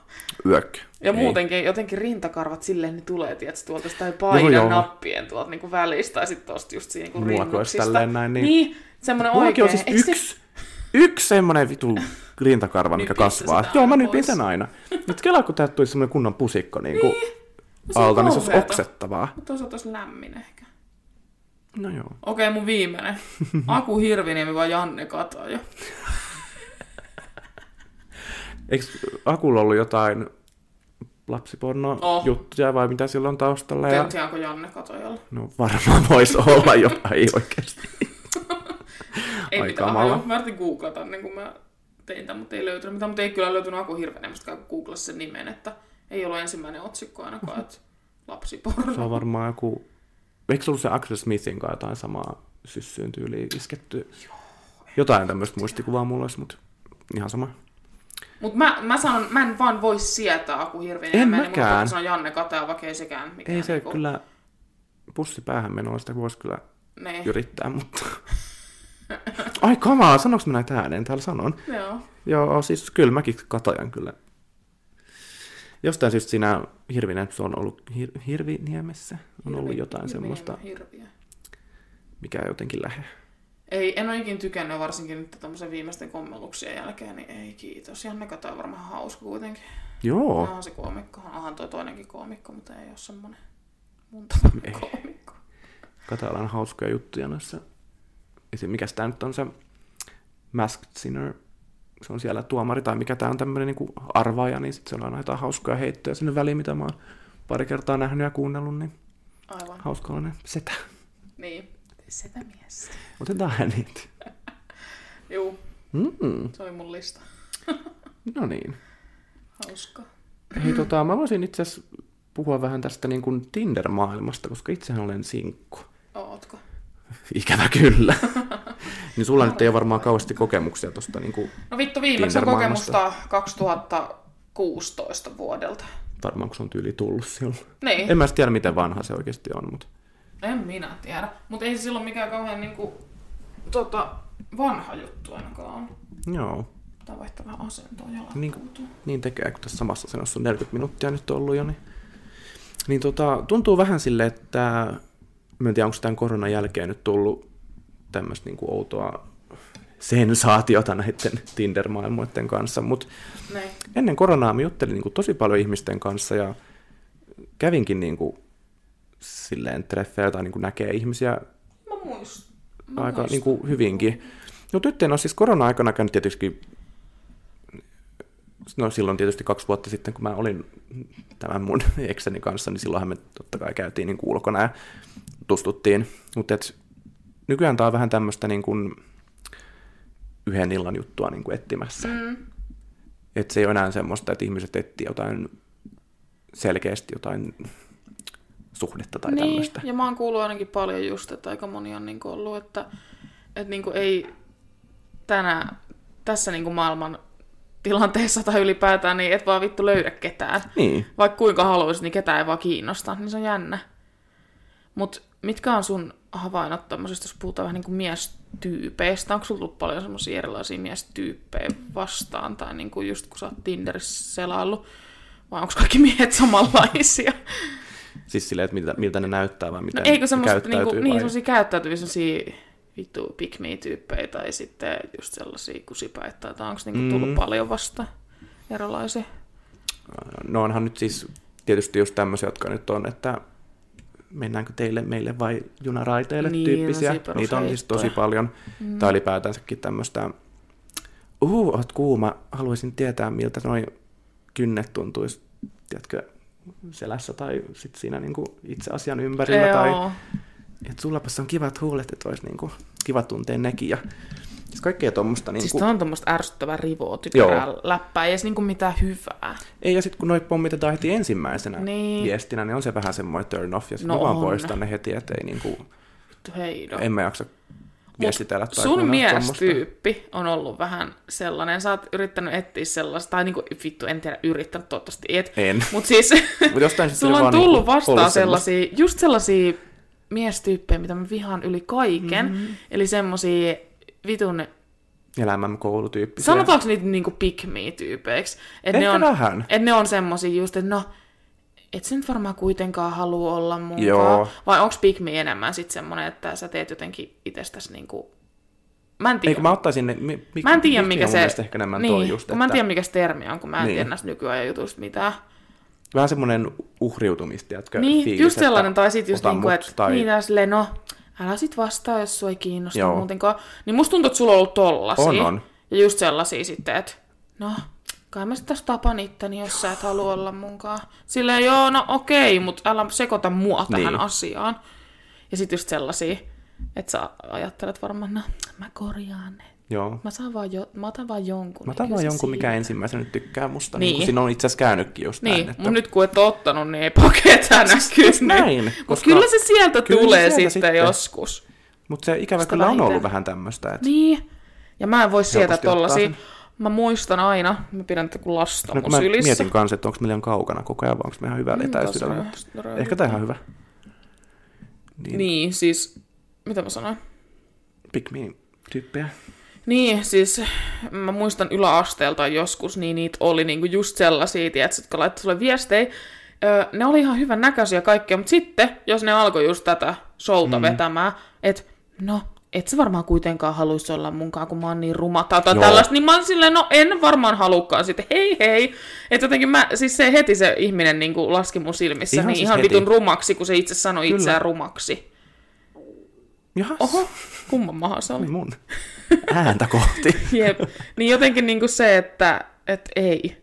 Speaker 1: Yök.
Speaker 2: Ja
Speaker 1: Ei.
Speaker 2: muutenkin jotenkin rintakarvat silleen ne tulee, tiedätkö, tuolta sitä painan
Speaker 1: Niin. joo.
Speaker 2: joo, nappien tuolta niinku välistä tai sitten tosta just siinä niinku
Speaker 1: Mullakin olisi
Speaker 2: rinnuksista.
Speaker 1: tälleen näin, niin-
Speaker 2: niin semmoinen
Speaker 1: Mullakin
Speaker 2: oikein.
Speaker 1: on siis
Speaker 2: Eikö se-
Speaker 1: yksi, yksi semmoinen vitu rintakarva, mikä
Speaker 2: Nypit sä
Speaker 1: kasvaa.
Speaker 2: sitä
Speaker 1: Joo, mä
Speaker 2: aina
Speaker 1: nypin
Speaker 2: pois.
Speaker 1: sen aina. Nyt kelaa, kun täältä tulisi semmoinen kunnon pusikko niin kuin
Speaker 2: No se on
Speaker 1: alta, niin se olisi
Speaker 2: kauheata.
Speaker 1: oksettavaa.
Speaker 2: Mutta toisaalta olisi lämmin ehkä.
Speaker 1: No joo.
Speaker 2: Okei, mun viimeinen. Aku Hirviniemi vai Janne Kataja?
Speaker 1: Eikö Akulla ollut jotain lapsiporno
Speaker 2: Oh.
Speaker 1: juttuja vai mitä silloin taustalla? Ja...
Speaker 2: Tiedätkö Janne Katajalla?
Speaker 1: No varmaan voisi olla jotain oikeasti.
Speaker 2: Ei
Speaker 1: Ai
Speaker 2: mitään.
Speaker 1: kamala.
Speaker 2: hajua. Mä yritin googlata, niin kun mä tein tämän, mutta ei löytynyt mitään. Mutta ei kyllä löytynyt Aku Hirviniemestä, kun googlasin sen nimen, että ei ollut ensimmäinen otsikko ainakaan, että lapsiporno.
Speaker 1: Se on varmaan joku... Eikö se ollut se Axel Smithin kanssa jotain samaa syssyyn tyyliin isketty? Jotain tämmöistä muistikuvaa mulla olisi, mutta ihan sama.
Speaker 2: Mut mä, mä sanon, mä en vaan voi sietää Aku Hirviniemeä,
Speaker 1: En
Speaker 2: niin mun on
Speaker 1: mäkään.
Speaker 2: pakko sanoa Janne Kataja, vaikka ei sekään mikään.
Speaker 1: Ei se
Speaker 2: niinku-
Speaker 1: kyllä... Pussi päähän menoa, sitä voisi kyllä
Speaker 2: Niin.
Speaker 1: yrittää, mutta... Ai kamaa, sanoinko mä näitä ääneen? Täällä sanon.
Speaker 2: Joo.
Speaker 1: Joo, siis kyllä mäkin katajan kyllä. Jostain syystä siinä Hirvinen, se on ollut hir- Hirviniemessä, on ollut
Speaker 2: Hirvi-
Speaker 1: jotain
Speaker 2: Hirviniemi,
Speaker 1: semmoista,
Speaker 2: Hirviö.
Speaker 1: mikä jotenkin lähe.
Speaker 2: Ei, en ole ikinä tykännyt, varsinkin nyt tuommoisen viimeisten kommelluksien jälkeen, niin ei kiitos. Janne Kataja on varmaan hauska kuitenkin.
Speaker 1: Joo,
Speaker 2: Onhan se koomikko, onhan toi toinenkin koomikko, mutta ei ole semmoinen mun tapainen koomikko.
Speaker 1: Katajalla on hauskoja juttuja noissa. Esim. mikä tämä nyt on se Masked Singer, se on siellä tuomari, tai mikä tämä on tämmöinen niinku arvaaja, niin sitten siellä on aina jotain hauskoja heittoja sinne väliin, mitä mä oon pari kertaa nähnyt ja kuunnellut, niin
Speaker 2: Aivan.
Speaker 1: hauska on ne setä.
Speaker 2: Niin. Setä mies.
Speaker 1: Otetaan niitä.
Speaker 2: Juu,
Speaker 1: Mm,
Speaker 2: se oli mun lista.
Speaker 1: no niin.
Speaker 2: Hauska.
Speaker 1: Hei, tota, mä voisin itse asiassa puhua vähän tästä niin kuin Tinder-maailmasta, koska itsehän olen sinkku.
Speaker 2: Ootko?
Speaker 1: Ikävä kyllä. niin sulla nyt ei ole varmaan kauheasti kokemuksia tosta niin kuin,
Speaker 2: No vittu, viimeksi on
Speaker 1: Tinder-maailmasta.
Speaker 2: kokemusta 2016 vuodelta.
Speaker 1: varmaan kun se on tyyli tullut silloin.
Speaker 2: Niin.
Speaker 1: En mä edes tiedä, miten vanha se oikeasti on, mutta
Speaker 2: En minä tiedä. Mutta ei se silloin mikään kauhean niinku, tota, vanha juttu ainakaan ole.
Speaker 1: joo.
Speaker 2: Tai vai vaihtaa asentoa ja
Speaker 1: Niin,
Speaker 2: lakautuu.
Speaker 1: niin tekee, kun tässä samassa asennossa on 40 minuuttia nyt ollut jo, niin, niin tota, tuntuu vähän sille, että mä en tiedä, onko tämän koronan jälkeen nyt tullut tämmöistä niin outoa sensaatiota näiden Tinder-maailmoiden kanssa, mutta
Speaker 2: Näin.
Speaker 1: ennen koronaa mä juttelin niin kuin tosi paljon ihmisten kanssa ja kävinkin niin kuin silleen treffeillä tai niin kuin näkee ihmisiä
Speaker 2: Mä muistan. Mä
Speaker 1: aika
Speaker 2: muistan.
Speaker 1: niin kuin hyvinkin. No nyt en ole siis korona-aikana käynyt tietysti, no silloin tietysti kaksi vuotta sitten, kun mä olin tämän mun ekseni kanssa, niin silloinhan me totta kai käytiin niin kuin ulkona ja tutustuttiin. Mutta et, nykyään tämä on vähän tämmöistä niin kuin yhden illan juttua niin kuin etsimässä.
Speaker 2: Mm.
Speaker 1: Että se ei ole enää semmoista, että ihmiset etsii jotain selkeästi jotain suhdetta tai
Speaker 2: niin,
Speaker 1: tämmöistä.
Speaker 2: ja mä oon kuullut ainakin paljon just, että aika moni on niinku ollut, että, että niinku ei tänä, tässä niinku maailman tilanteessa tai ylipäätään, niin et vaan vittu löydä ketään.
Speaker 1: Niin.
Speaker 2: Vaikka kuinka haluaisit, niin ketään ei vaan kiinnosta, niin se on jännä. Mut mitkä on sun havainnot tämmöisestä, jos puhutaan vähän niinku miestyypeistä? Onko sulla tullut paljon semmoisia erilaisia miestyyppejä vastaan? Tai niinku just kun sä oot Tinderissä selaillut? Vai onko kaikki miehet samanlaisia?
Speaker 1: Siis silleen, että miltä, miltä ne näyttää vai
Speaker 2: No
Speaker 1: miten
Speaker 2: eikö
Speaker 1: ne
Speaker 2: semmoista, niinku,
Speaker 1: käyttäytyy
Speaker 2: niin,
Speaker 1: vai-
Speaker 2: semmoisia käyttäytyviä semmoisia vittu pick me tyyppejä tai sitten just sellaisia kusipäitä, että onko niinku tullut
Speaker 1: Mm.
Speaker 2: paljon vasta erilaisia?
Speaker 1: No onhan nyt siis tietysti just tämmöisiä, jotka nyt on, että mennäänkö teille, meille vai junaraiteille
Speaker 2: Niin,
Speaker 1: niin,
Speaker 2: no
Speaker 1: tyyppisiä.
Speaker 2: siinä perus
Speaker 1: Niitä on siis tosi
Speaker 2: heittoja.
Speaker 1: paljon. Mm. Tai ylipäätänsäkin tämmöistä, uu, oot kuuma, haluaisin tietää, miltä noin kynnet tuntuisi, tiedätkö, selässä tai sit siinä niinku itse asian ympärillä. Joo. Tai
Speaker 2: Joo. Siis
Speaker 1: että sullapas on kivat huulet, että olisi niinku kiva tuntea nekin. Ja, siis kaikkea tuommoista. Niinku,
Speaker 2: Siis tää on tommoista ärsyttävää rivoa, typerää
Speaker 1: Joo.
Speaker 2: läppää, ei edes niinku mitään hyvää.
Speaker 1: Ei, ja sitten kun noi pommitetaan heti ensimmäisenä
Speaker 2: Niin.
Speaker 1: niin. viestinä, niin on se vähän semmoinen turn off, ja sitten
Speaker 2: No
Speaker 1: no vaan
Speaker 2: on.
Speaker 1: poistaa ne heti, ettei niinku,
Speaker 2: Vittu no. heido.
Speaker 1: en mä jaksa viestitellä. tai
Speaker 2: Sun
Speaker 1: kuunnella
Speaker 2: miestyyppi on ollut vähän sellainen, sä oot yrittänyt etsiä sellaista, tai niinku, vittu, en tiedä, yrittänyt, toivottavasti et.
Speaker 1: En.
Speaker 2: Mut siis,
Speaker 1: Mut jostain syystä
Speaker 2: sulla
Speaker 1: se
Speaker 2: on
Speaker 1: vaan
Speaker 2: tullut
Speaker 1: niinku
Speaker 2: vastaan
Speaker 1: ollut semmoista.
Speaker 2: sellaisia, just sellaisia miestyyppejä, mitä mä vihaan yli kaiken. Mm-hmm. Eli semmosia vitun,
Speaker 1: Elämän koulutyyppisiä.
Speaker 2: sanotaanko niitä niinku pick me tyypeiksi? Et ne
Speaker 1: Ehkä
Speaker 2: on,
Speaker 1: vähän.
Speaker 2: Et ne on semmosia just, että no, et sä nyt varmaan kuitenkaan halua olla mukaan.
Speaker 1: Joo.
Speaker 2: Vai onks pick me enemmän sit semmonen, että sä teet jotenkin itsestäsi niinku... Mä en tiedä.
Speaker 1: Eikö mä ottaisin ne, mi, mi,
Speaker 2: Mä en tiedä,
Speaker 1: mi-
Speaker 2: mikä
Speaker 1: mun
Speaker 2: se...
Speaker 1: mielestä ehkä enemmän
Speaker 2: niin,
Speaker 1: toi just,
Speaker 2: kun
Speaker 1: että
Speaker 2: Mä en tiedä, mikä se termi on, kun mä en niin.
Speaker 1: Niin.
Speaker 2: tiedä näistä nykyajan jutuista mitään.
Speaker 1: vähän semmoinen uhriutumista, jotka
Speaker 2: Niin,
Speaker 1: fiilis,
Speaker 2: just
Speaker 1: että
Speaker 2: sellainen, tai sit just
Speaker 1: ota
Speaker 2: niinku,
Speaker 1: mut,
Speaker 2: että tai... niin, tai silleen, no, älä sit vastaa, jos sua ei kiinnosta Joo.
Speaker 1: Joo.
Speaker 2: muutenkaan. Niin musta tuntuu, että sulla on ollut tollasia.
Speaker 1: On, on.
Speaker 2: Ja just sellaisia sitten, että no, kai mä sit tässä tapan itteni, jos sä et halua olla munkaan. Silleen, joo, no okei, mutta älä sekoita mua tähän
Speaker 1: Niin.
Speaker 2: asiaan. Ja sit just sellaisia, että sä ajattelet varmaan, no, mä korjaan ne.
Speaker 1: Joo.
Speaker 2: Mä, saan vaan jo, mä otan vaan jonkun.
Speaker 1: Mä
Speaker 2: niin kyllä
Speaker 1: otan vaan
Speaker 2: No, se
Speaker 1: jonkun, mikä
Speaker 2: siinä.
Speaker 1: ensimmäisenä nyt tykkää musta.
Speaker 2: Niin.
Speaker 1: Niin. kun siinä on itse asiassa käynytkin just
Speaker 2: Niin,
Speaker 1: näin. Että... Siis
Speaker 2: mutta nyt kun et ole ottanut, niin ei paketa näkynyt.
Speaker 1: näin,
Speaker 2: Mutta
Speaker 1: koska-
Speaker 2: kyllä se sieltä
Speaker 1: kyllä se
Speaker 2: tulee
Speaker 1: sieltä
Speaker 2: sitten,
Speaker 1: sitten.
Speaker 2: joskus.
Speaker 1: Mut se ikävä
Speaker 2: Sitä
Speaker 1: kyllä on ollut
Speaker 2: vähiten.
Speaker 1: vähän tämmöistä, että
Speaker 2: Niin. Ja mä en voi sietää
Speaker 1: ottaa
Speaker 2: tollasia.
Speaker 1: sen.
Speaker 2: Mä muistan aina, mä pidän tätä kuin lasta
Speaker 1: No
Speaker 2: mun
Speaker 1: kun mä
Speaker 2: sylissä.
Speaker 1: mietin kanssa, että onko me liian kaukana koko ajan, vai onko me ihan
Speaker 2: Niin,
Speaker 1: hyvällä etäisyydellä.
Speaker 2: taas röyhdytään.
Speaker 1: Ehkä tämä ihan hyvä. Niin, niin.
Speaker 2: Niin, siis... Mitä mä sanoin?
Speaker 1: pick me tyyppejä.
Speaker 2: Niin, siis mä muistan yläasteelta joskus, niin niitä oli niinku just sellaisia, tiedätkö, jotka laittoi sulle viestejä. Öö, ne oli ihan hyvän näköisiä ja kaikkea, mutta sitten, jos ne alkoi just tätä showta mm. vetämään, että no, et sä varmaan kuitenkaan haluaisi olla munkaan, kun mä oon niin ruma tai jotain
Speaker 1: Joo.
Speaker 2: tällaista, niin mä oon silleen, no en varmaan halukkaan sitten, hei hei. Että jotenkin mä, siis se heti se ihminen niin kuin laski mun silmissä, ihan
Speaker 1: Ihan
Speaker 2: niin
Speaker 1: siis
Speaker 2: ihan
Speaker 1: heti.
Speaker 2: vitun rumaksi, kun se itse sanoi
Speaker 1: Kyllä.
Speaker 2: itseään rumaksi.
Speaker 1: Jahas,
Speaker 2: Oho, kumman maha se oli.
Speaker 1: oli mun ääntä kohti.
Speaker 2: Jep. Niin jotenkin niin kuin se, että et ei.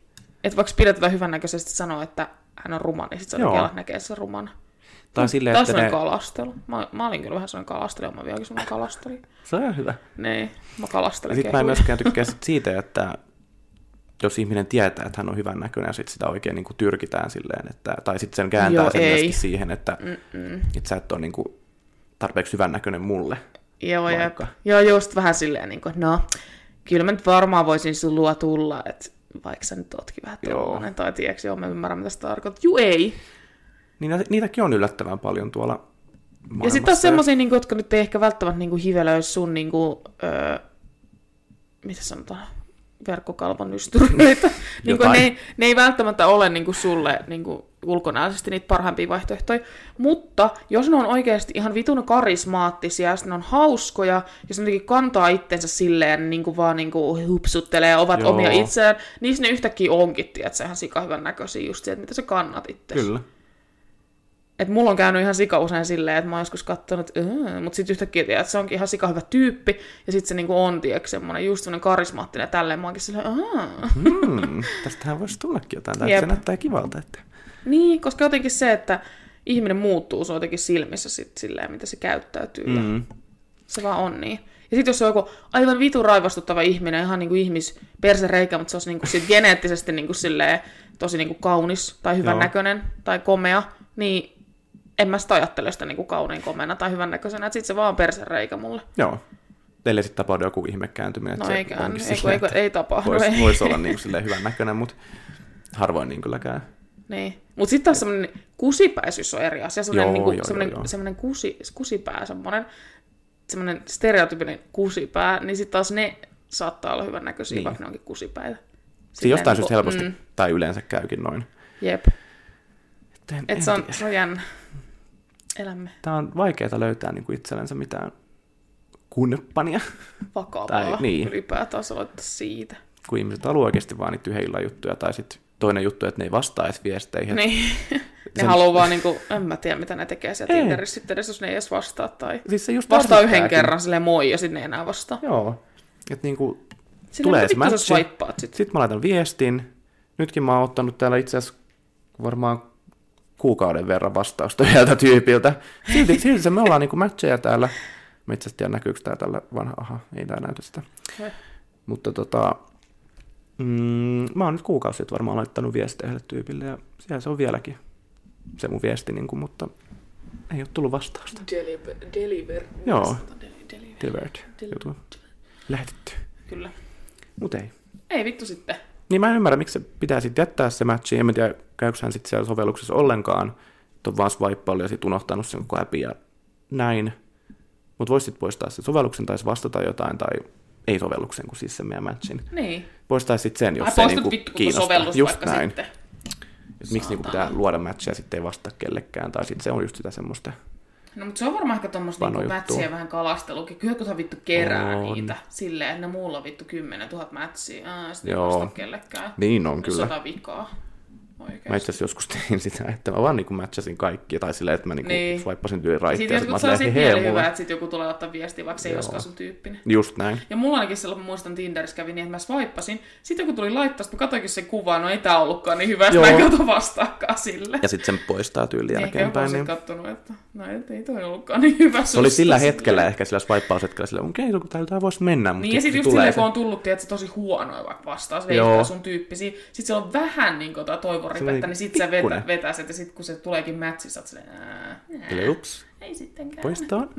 Speaker 2: Että vaikka pidetätä hyvännäköisesti sanoa, että hän on ruma, niin sitten
Speaker 1: Joo.
Speaker 2: se näkee sen rumana.
Speaker 1: Tai silleen,
Speaker 2: Taas
Speaker 1: että
Speaker 2: sellainen
Speaker 1: ne...
Speaker 2: kalastelu. Mä, mä, olin kyllä vähän sellainen kalastelu, mä vieläkin sellainen kalasteli.
Speaker 1: Se on ihan hyvä.
Speaker 2: Niin, mä kalastelen
Speaker 1: Sitten mä en
Speaker 2: kehuja.
Speaker 1: myöskään tykkää sit siitä, että jos ihminen tietää, että hän on hyvän näköinen, sitten sitä oikein niin kuin tyrkitään silleen, että, tai sitten sen kääntää
Speaker 2: Joo,
Speaker 1: sen
Speaker 2: ei.
Speaker 1: myöskin siihen, että,
Speaker 2: Mm-mm.
Speaker 1: että sä et ole niin kuin tarpeeksi hyvän näköinen mulle.
Speaker 2: Joo, jep.
Speaker 1: Vaikka.
Speaker 2: Joo, just vähän silleen, niin kuin, että no, kyllä mä nyt varmaan voisin sun luo tulla, että vaikka sä nyt ootkin vähän
Speaker 1: Joo.
Speaker 2: tollanen, tai tiedätkö, joo, mä ymmärrän, mitä sä tarkoitat. Juu, ei.
Speaker 1: Niin nä- niitäkin on yllättävän paljon tuolla
Speaker 2: Ja sitten taas
Speaker 1: maailmassa.
Speaker 2: semmoisia, niinku, jotka nyt ei ehkä välttämättä niinku, hivelöi sun, niinku, öö, mitä sanotaan, verkkokalvon ystyryitä. niin kuin
Speaker 1: Jotain.
Speaker 2: ne, ei- ne ei välttämättä ole niin kuin sulle niin kuin ulkonäöisesti niitä parhaimpia vaihtoehtoja, mutta jos ne on oikeasti ihan vitun karismaattisia, jos ne on hauskoja, jos ne jotenkin kantaa itsensä silleen, niin kuin vaan niin kuin hupsuttelee, ovat
Speaker 1: Joo.
Speaker 2: Joo. omia itseään, niin ne yhtäkkiä onkin, tiedätkö, ihan sikahyvän näköisiä just siitä, että mitä sä kannat itse.
Speaker 1: Kyllä.
Speaker 2: Et mulla on käynyt ihan sika usein silleen, että mä oon joskus katsonut, että mutta sitten yhtäkkiä tiedät, että se onkin ihan sika hyvä tyyppi, ja sitten se niinku on, tiedätkö, semmoinen just semmoinen karismaattinen, ja tälleen mä oonkin silleen, "Aa."
Speaker 1: Hmm, tästähän voisi tullakin jotain. Tämä
Speaker 2: Jep.
Speaker 1: se näyttää kivalta. Että...
Speaker 2: Niin, koska jotenkin se, että ihminen muuttuu sun jotenkin silmissä sit silleen, mitä se käyttäytyy, mm. ja
Speaker 1: Mm.
Speaker 2: se vaan on niin. Ja sitten jos se on joku aivan vitun raivostuttava ihminen, ihan niinku ihmispersereikä, mutta se olisi niinku sit geneettisesti niinku silleen tosi niinku kaunis tai hyvän
Speaker 1: Joo.
Speaker 2: näköinen tai komea, niin en mä sitä ajattele sitä niinku kaunein komeana tai hyvän näköisenä, sitten se vaan on persereikä mulle.
Speaker 1: Joo. Teille sitten tapahdu joku ihmekääntyminen. että
Speaker 2: No
Speaker 1: se
Speaker 2: eikä,
Speaker 1: onkin
Speaker 2: ei,
Speaker 1: silleen,
Speaker 2: kun- ei, kun-
Speaker 1: että
Speaker 2: ei tapahdu.
Speaker 1: Voisi
Speaker 2: ei.
Speaker 1: vois olla niin silleen hyvän näköinen, mutta harvoin niin kyllä käy.
Speaker 2: Niin. Mutta sitten taas semmoinen kusipäisyys on eri asia.
Speaker 1: Joo,
Speaker 2: Semmoinen, niinku,
Speaker 1: joo, joo,
Speaker 2: semmoinen,
Speaker 1: joo.
Speaker 2: semmoinen kusi, kusipää, semmoinen, semmoinen stereotypinen kusipää, niin sitten taas ne saattaa olla hyvän näköisiä,
Speaker 1: Niin.
Speaker 2: niin. vaikka ne onkin kusipäitä.
Speaker 1: Siinä
Speaker 2: Silleen
Speaker 1: jostain
Speaker 2: niinku,
Speaker 1: syystä helposti, tai yleensä käykin noin.
Speaker 2: jep.
Speaker 1: Että en- en
Speaker 2: Et se, on,
Speaker 1: tiedä.
Speaker 2: se on jännä. Elämme
Speaker 1: Tää on vaikeaa löytää niin kuin itsellensä mitään kumppania,
Speaker 2: vakavaa
Speaker 1: Tai-
Speaker 2: tai,
Speaker 1: niin.
Speaker 2: niin. ylipäätään aloittaa siitä.
Speaker 1: kun ihmiset haluaa oikeasti vaan niitä yhden illan juttuja, tai sitten toinen juttu, että ne ei vastaa edes viesteihin.
Speaker 2: Niin. ne
Speaker 1: Sen-
Speaker 2: haluaa vaan, niinku, en mä tiedä mitä ne tekee siellä
Speaker 1: Ei.
Speaker 2: Tinderissä sitten edes, jos ne ei edes vastaa. Tai
Speaker 1: Siis se just
Speaker 2: vastaa yhden
Speaker 1: ärsyttääkin.
Speaker 2: kerran silleen moi ja sitten ne ei enää vastaa.
Speaker 1: Joo. Että niin kuin,
Speaker 2: Sinne
Speaker 1: Tulee
Speaker 2: Tulee vittu sä
Speaker 1: smatchi.
Speaker 2: swipeaat sit.
Speaker 1: Sitten mä laitan viestin. Nytkin mä oon ottanut täällä itse asiassa varmaan kuukauden verran vastausta yhdeltä tyypiltä. Silti, silti se me ollaan niinku matcheja täällä. Mä itse asiassa tiedän, näkyykö tää tällä vanha, aha, ei tää näytä sitä.
Speaker 2: Eh.
Speaker 1: Mutta tota, mm, mä oon nyt kuukausi sitten varmaan laittanut viestejä yhdelle tyypille ja siellä se on vieläkin se mun viesti, niinku, mutta ei ole tullut vastausta.
Speaker 2: Deliver. deliver.
Speaker 1: Joo.
Speaker 2: Vastataan, deli- deliver.
Speaker 1: Delivered jutu. Lähetetty.
Speaker 2: Kyllä.
Speaker 1: Mut ei.
Speaker 2: Ei vittu sitten.
Speaker 1: Niin mä en ymmärrä, miksi se pitää sitten jättää se matchi. En mä tiedä, käykö hän sitten siellä sovelluksessa ollenkaan. Et on vaan swipeillut ja sitten unohtanut sen koko appin ja näin. Mutta voisit sitten poistaa sen sovelluksen tai vastata jotain tai ei sovelluksen, kun siis sen meidän matchin.
Speaker 2: Niin.
Speaker 1: Poistaa sitten sen, jos
Speaker 2: Ai
Speaker 1: se
Speaker 2: poistut
Speaker 1: niinku
Speaker 2: vittu koko
Speaker 1: kiinnostaa.
Speaker 2: sovellus
Speaker 1: Just
Speaker 2: vaikka
Speaker 1: näin.
Speaker 2: sitten.
Speaker 1: Et miksi niinku pitää luoda matchia ja sitten ei vastaa kellekään. Tai sitten se on just sitä semmoista.
Speaker 2: No mutta se on varmaan ehkä tommoista
Speaker 1: Vano
Speaker 2: niinku
Speaker 1: juttu.
Speaker 2: mätsiä vähän kalastelukin. Kyllä kun sä vittu kerää
Speaker 1: On.
Speaker 2: on. niitä silleen, että no mulla on vittu 10 000 mätsiä. Ää, sitten
Speaker 1: Joo.
Speaker 2: ei vasta kellekään.
Speaker 1: Niin on
Speaker 2: Kyllä.
Speaker 1: kyllä.
Speaker 2: Sota vikaa. Oikeesti.
Speaker 1: Mä itse asiassa joskus tein sitä, että mä vaan niinku matchasin kaikki. Tai silleen, että mä niinku
Speaker 2: Niin.
Speaker 1: swippasin tyyli raittia.
Speaker 2: Sitten
Speaker 1: ja sit
Speaker 2: joskus
Speaker 1: mä
Speaker 2: saa
Speaker 1: silleen,
Speaker 2: sit
Speaker 1: "Hei, hei,
Speaker 2: mieli
Speaker 1: mulla-"
Speaker 2: hyvä, että sit joku tulee ottaa viestiä, vaikka se ei
Speaker 1: Joo.
Speaker 2: olisikaan sun tyyppinen.
Speaker 1: Just näin.
Speaker 2: Ja mulla ainakin silloin, kun muistan Tinderissä kävi niin, että mä swippasin. Sitten kun tuli laittaa, sit mä katsoinkin sen kuvaa, no ei tää ollutkaan niin hyvä, että
Speaker 1: Joo.
Speaker 2: mä en kato vastaakaan sille.
Speaker 1: Ja sitten sen poistaa tyyli
Speaker 2: Ehkä joku
Speaker 1: jälkeenpäin.
Speaker 2: olisi
Speaker 1: Niin...
Speaker 2: kattonut, että no et, ei toi ollutkaan niin hyvä
Speaker 1: Se oli
Speaker 2: susta
Speaker 1: sillä
Speaker 2: silleen.
Speaker 1: hetkellä ehkä sillä swipeaushetkellä sillä, okei, okay, täällä voisi mennä. Mutta
Speaker 2: Niin, ja sitten just silleen, kun on tullut, tiedät, se tosi huonoja vaikka vastaus,
Speaker 1: Joo.
Speaker 2: veikkaa sun tyyppisiä. Sitten se on vähän niin kuin jotain toivon
Speaker 1: Semmoinen
Speaker 2: ripettä, niin sitten sä vetä,
Speaker 1: pikkunen.
Speaker 2: vetää sitä, ja sitten kun se tuleekin mätsi, sä oot silleen, ää, ää,
Speaker 1: Eli ups,
Speaker 2: ei sittenkään.
Speaker 1: poistoon.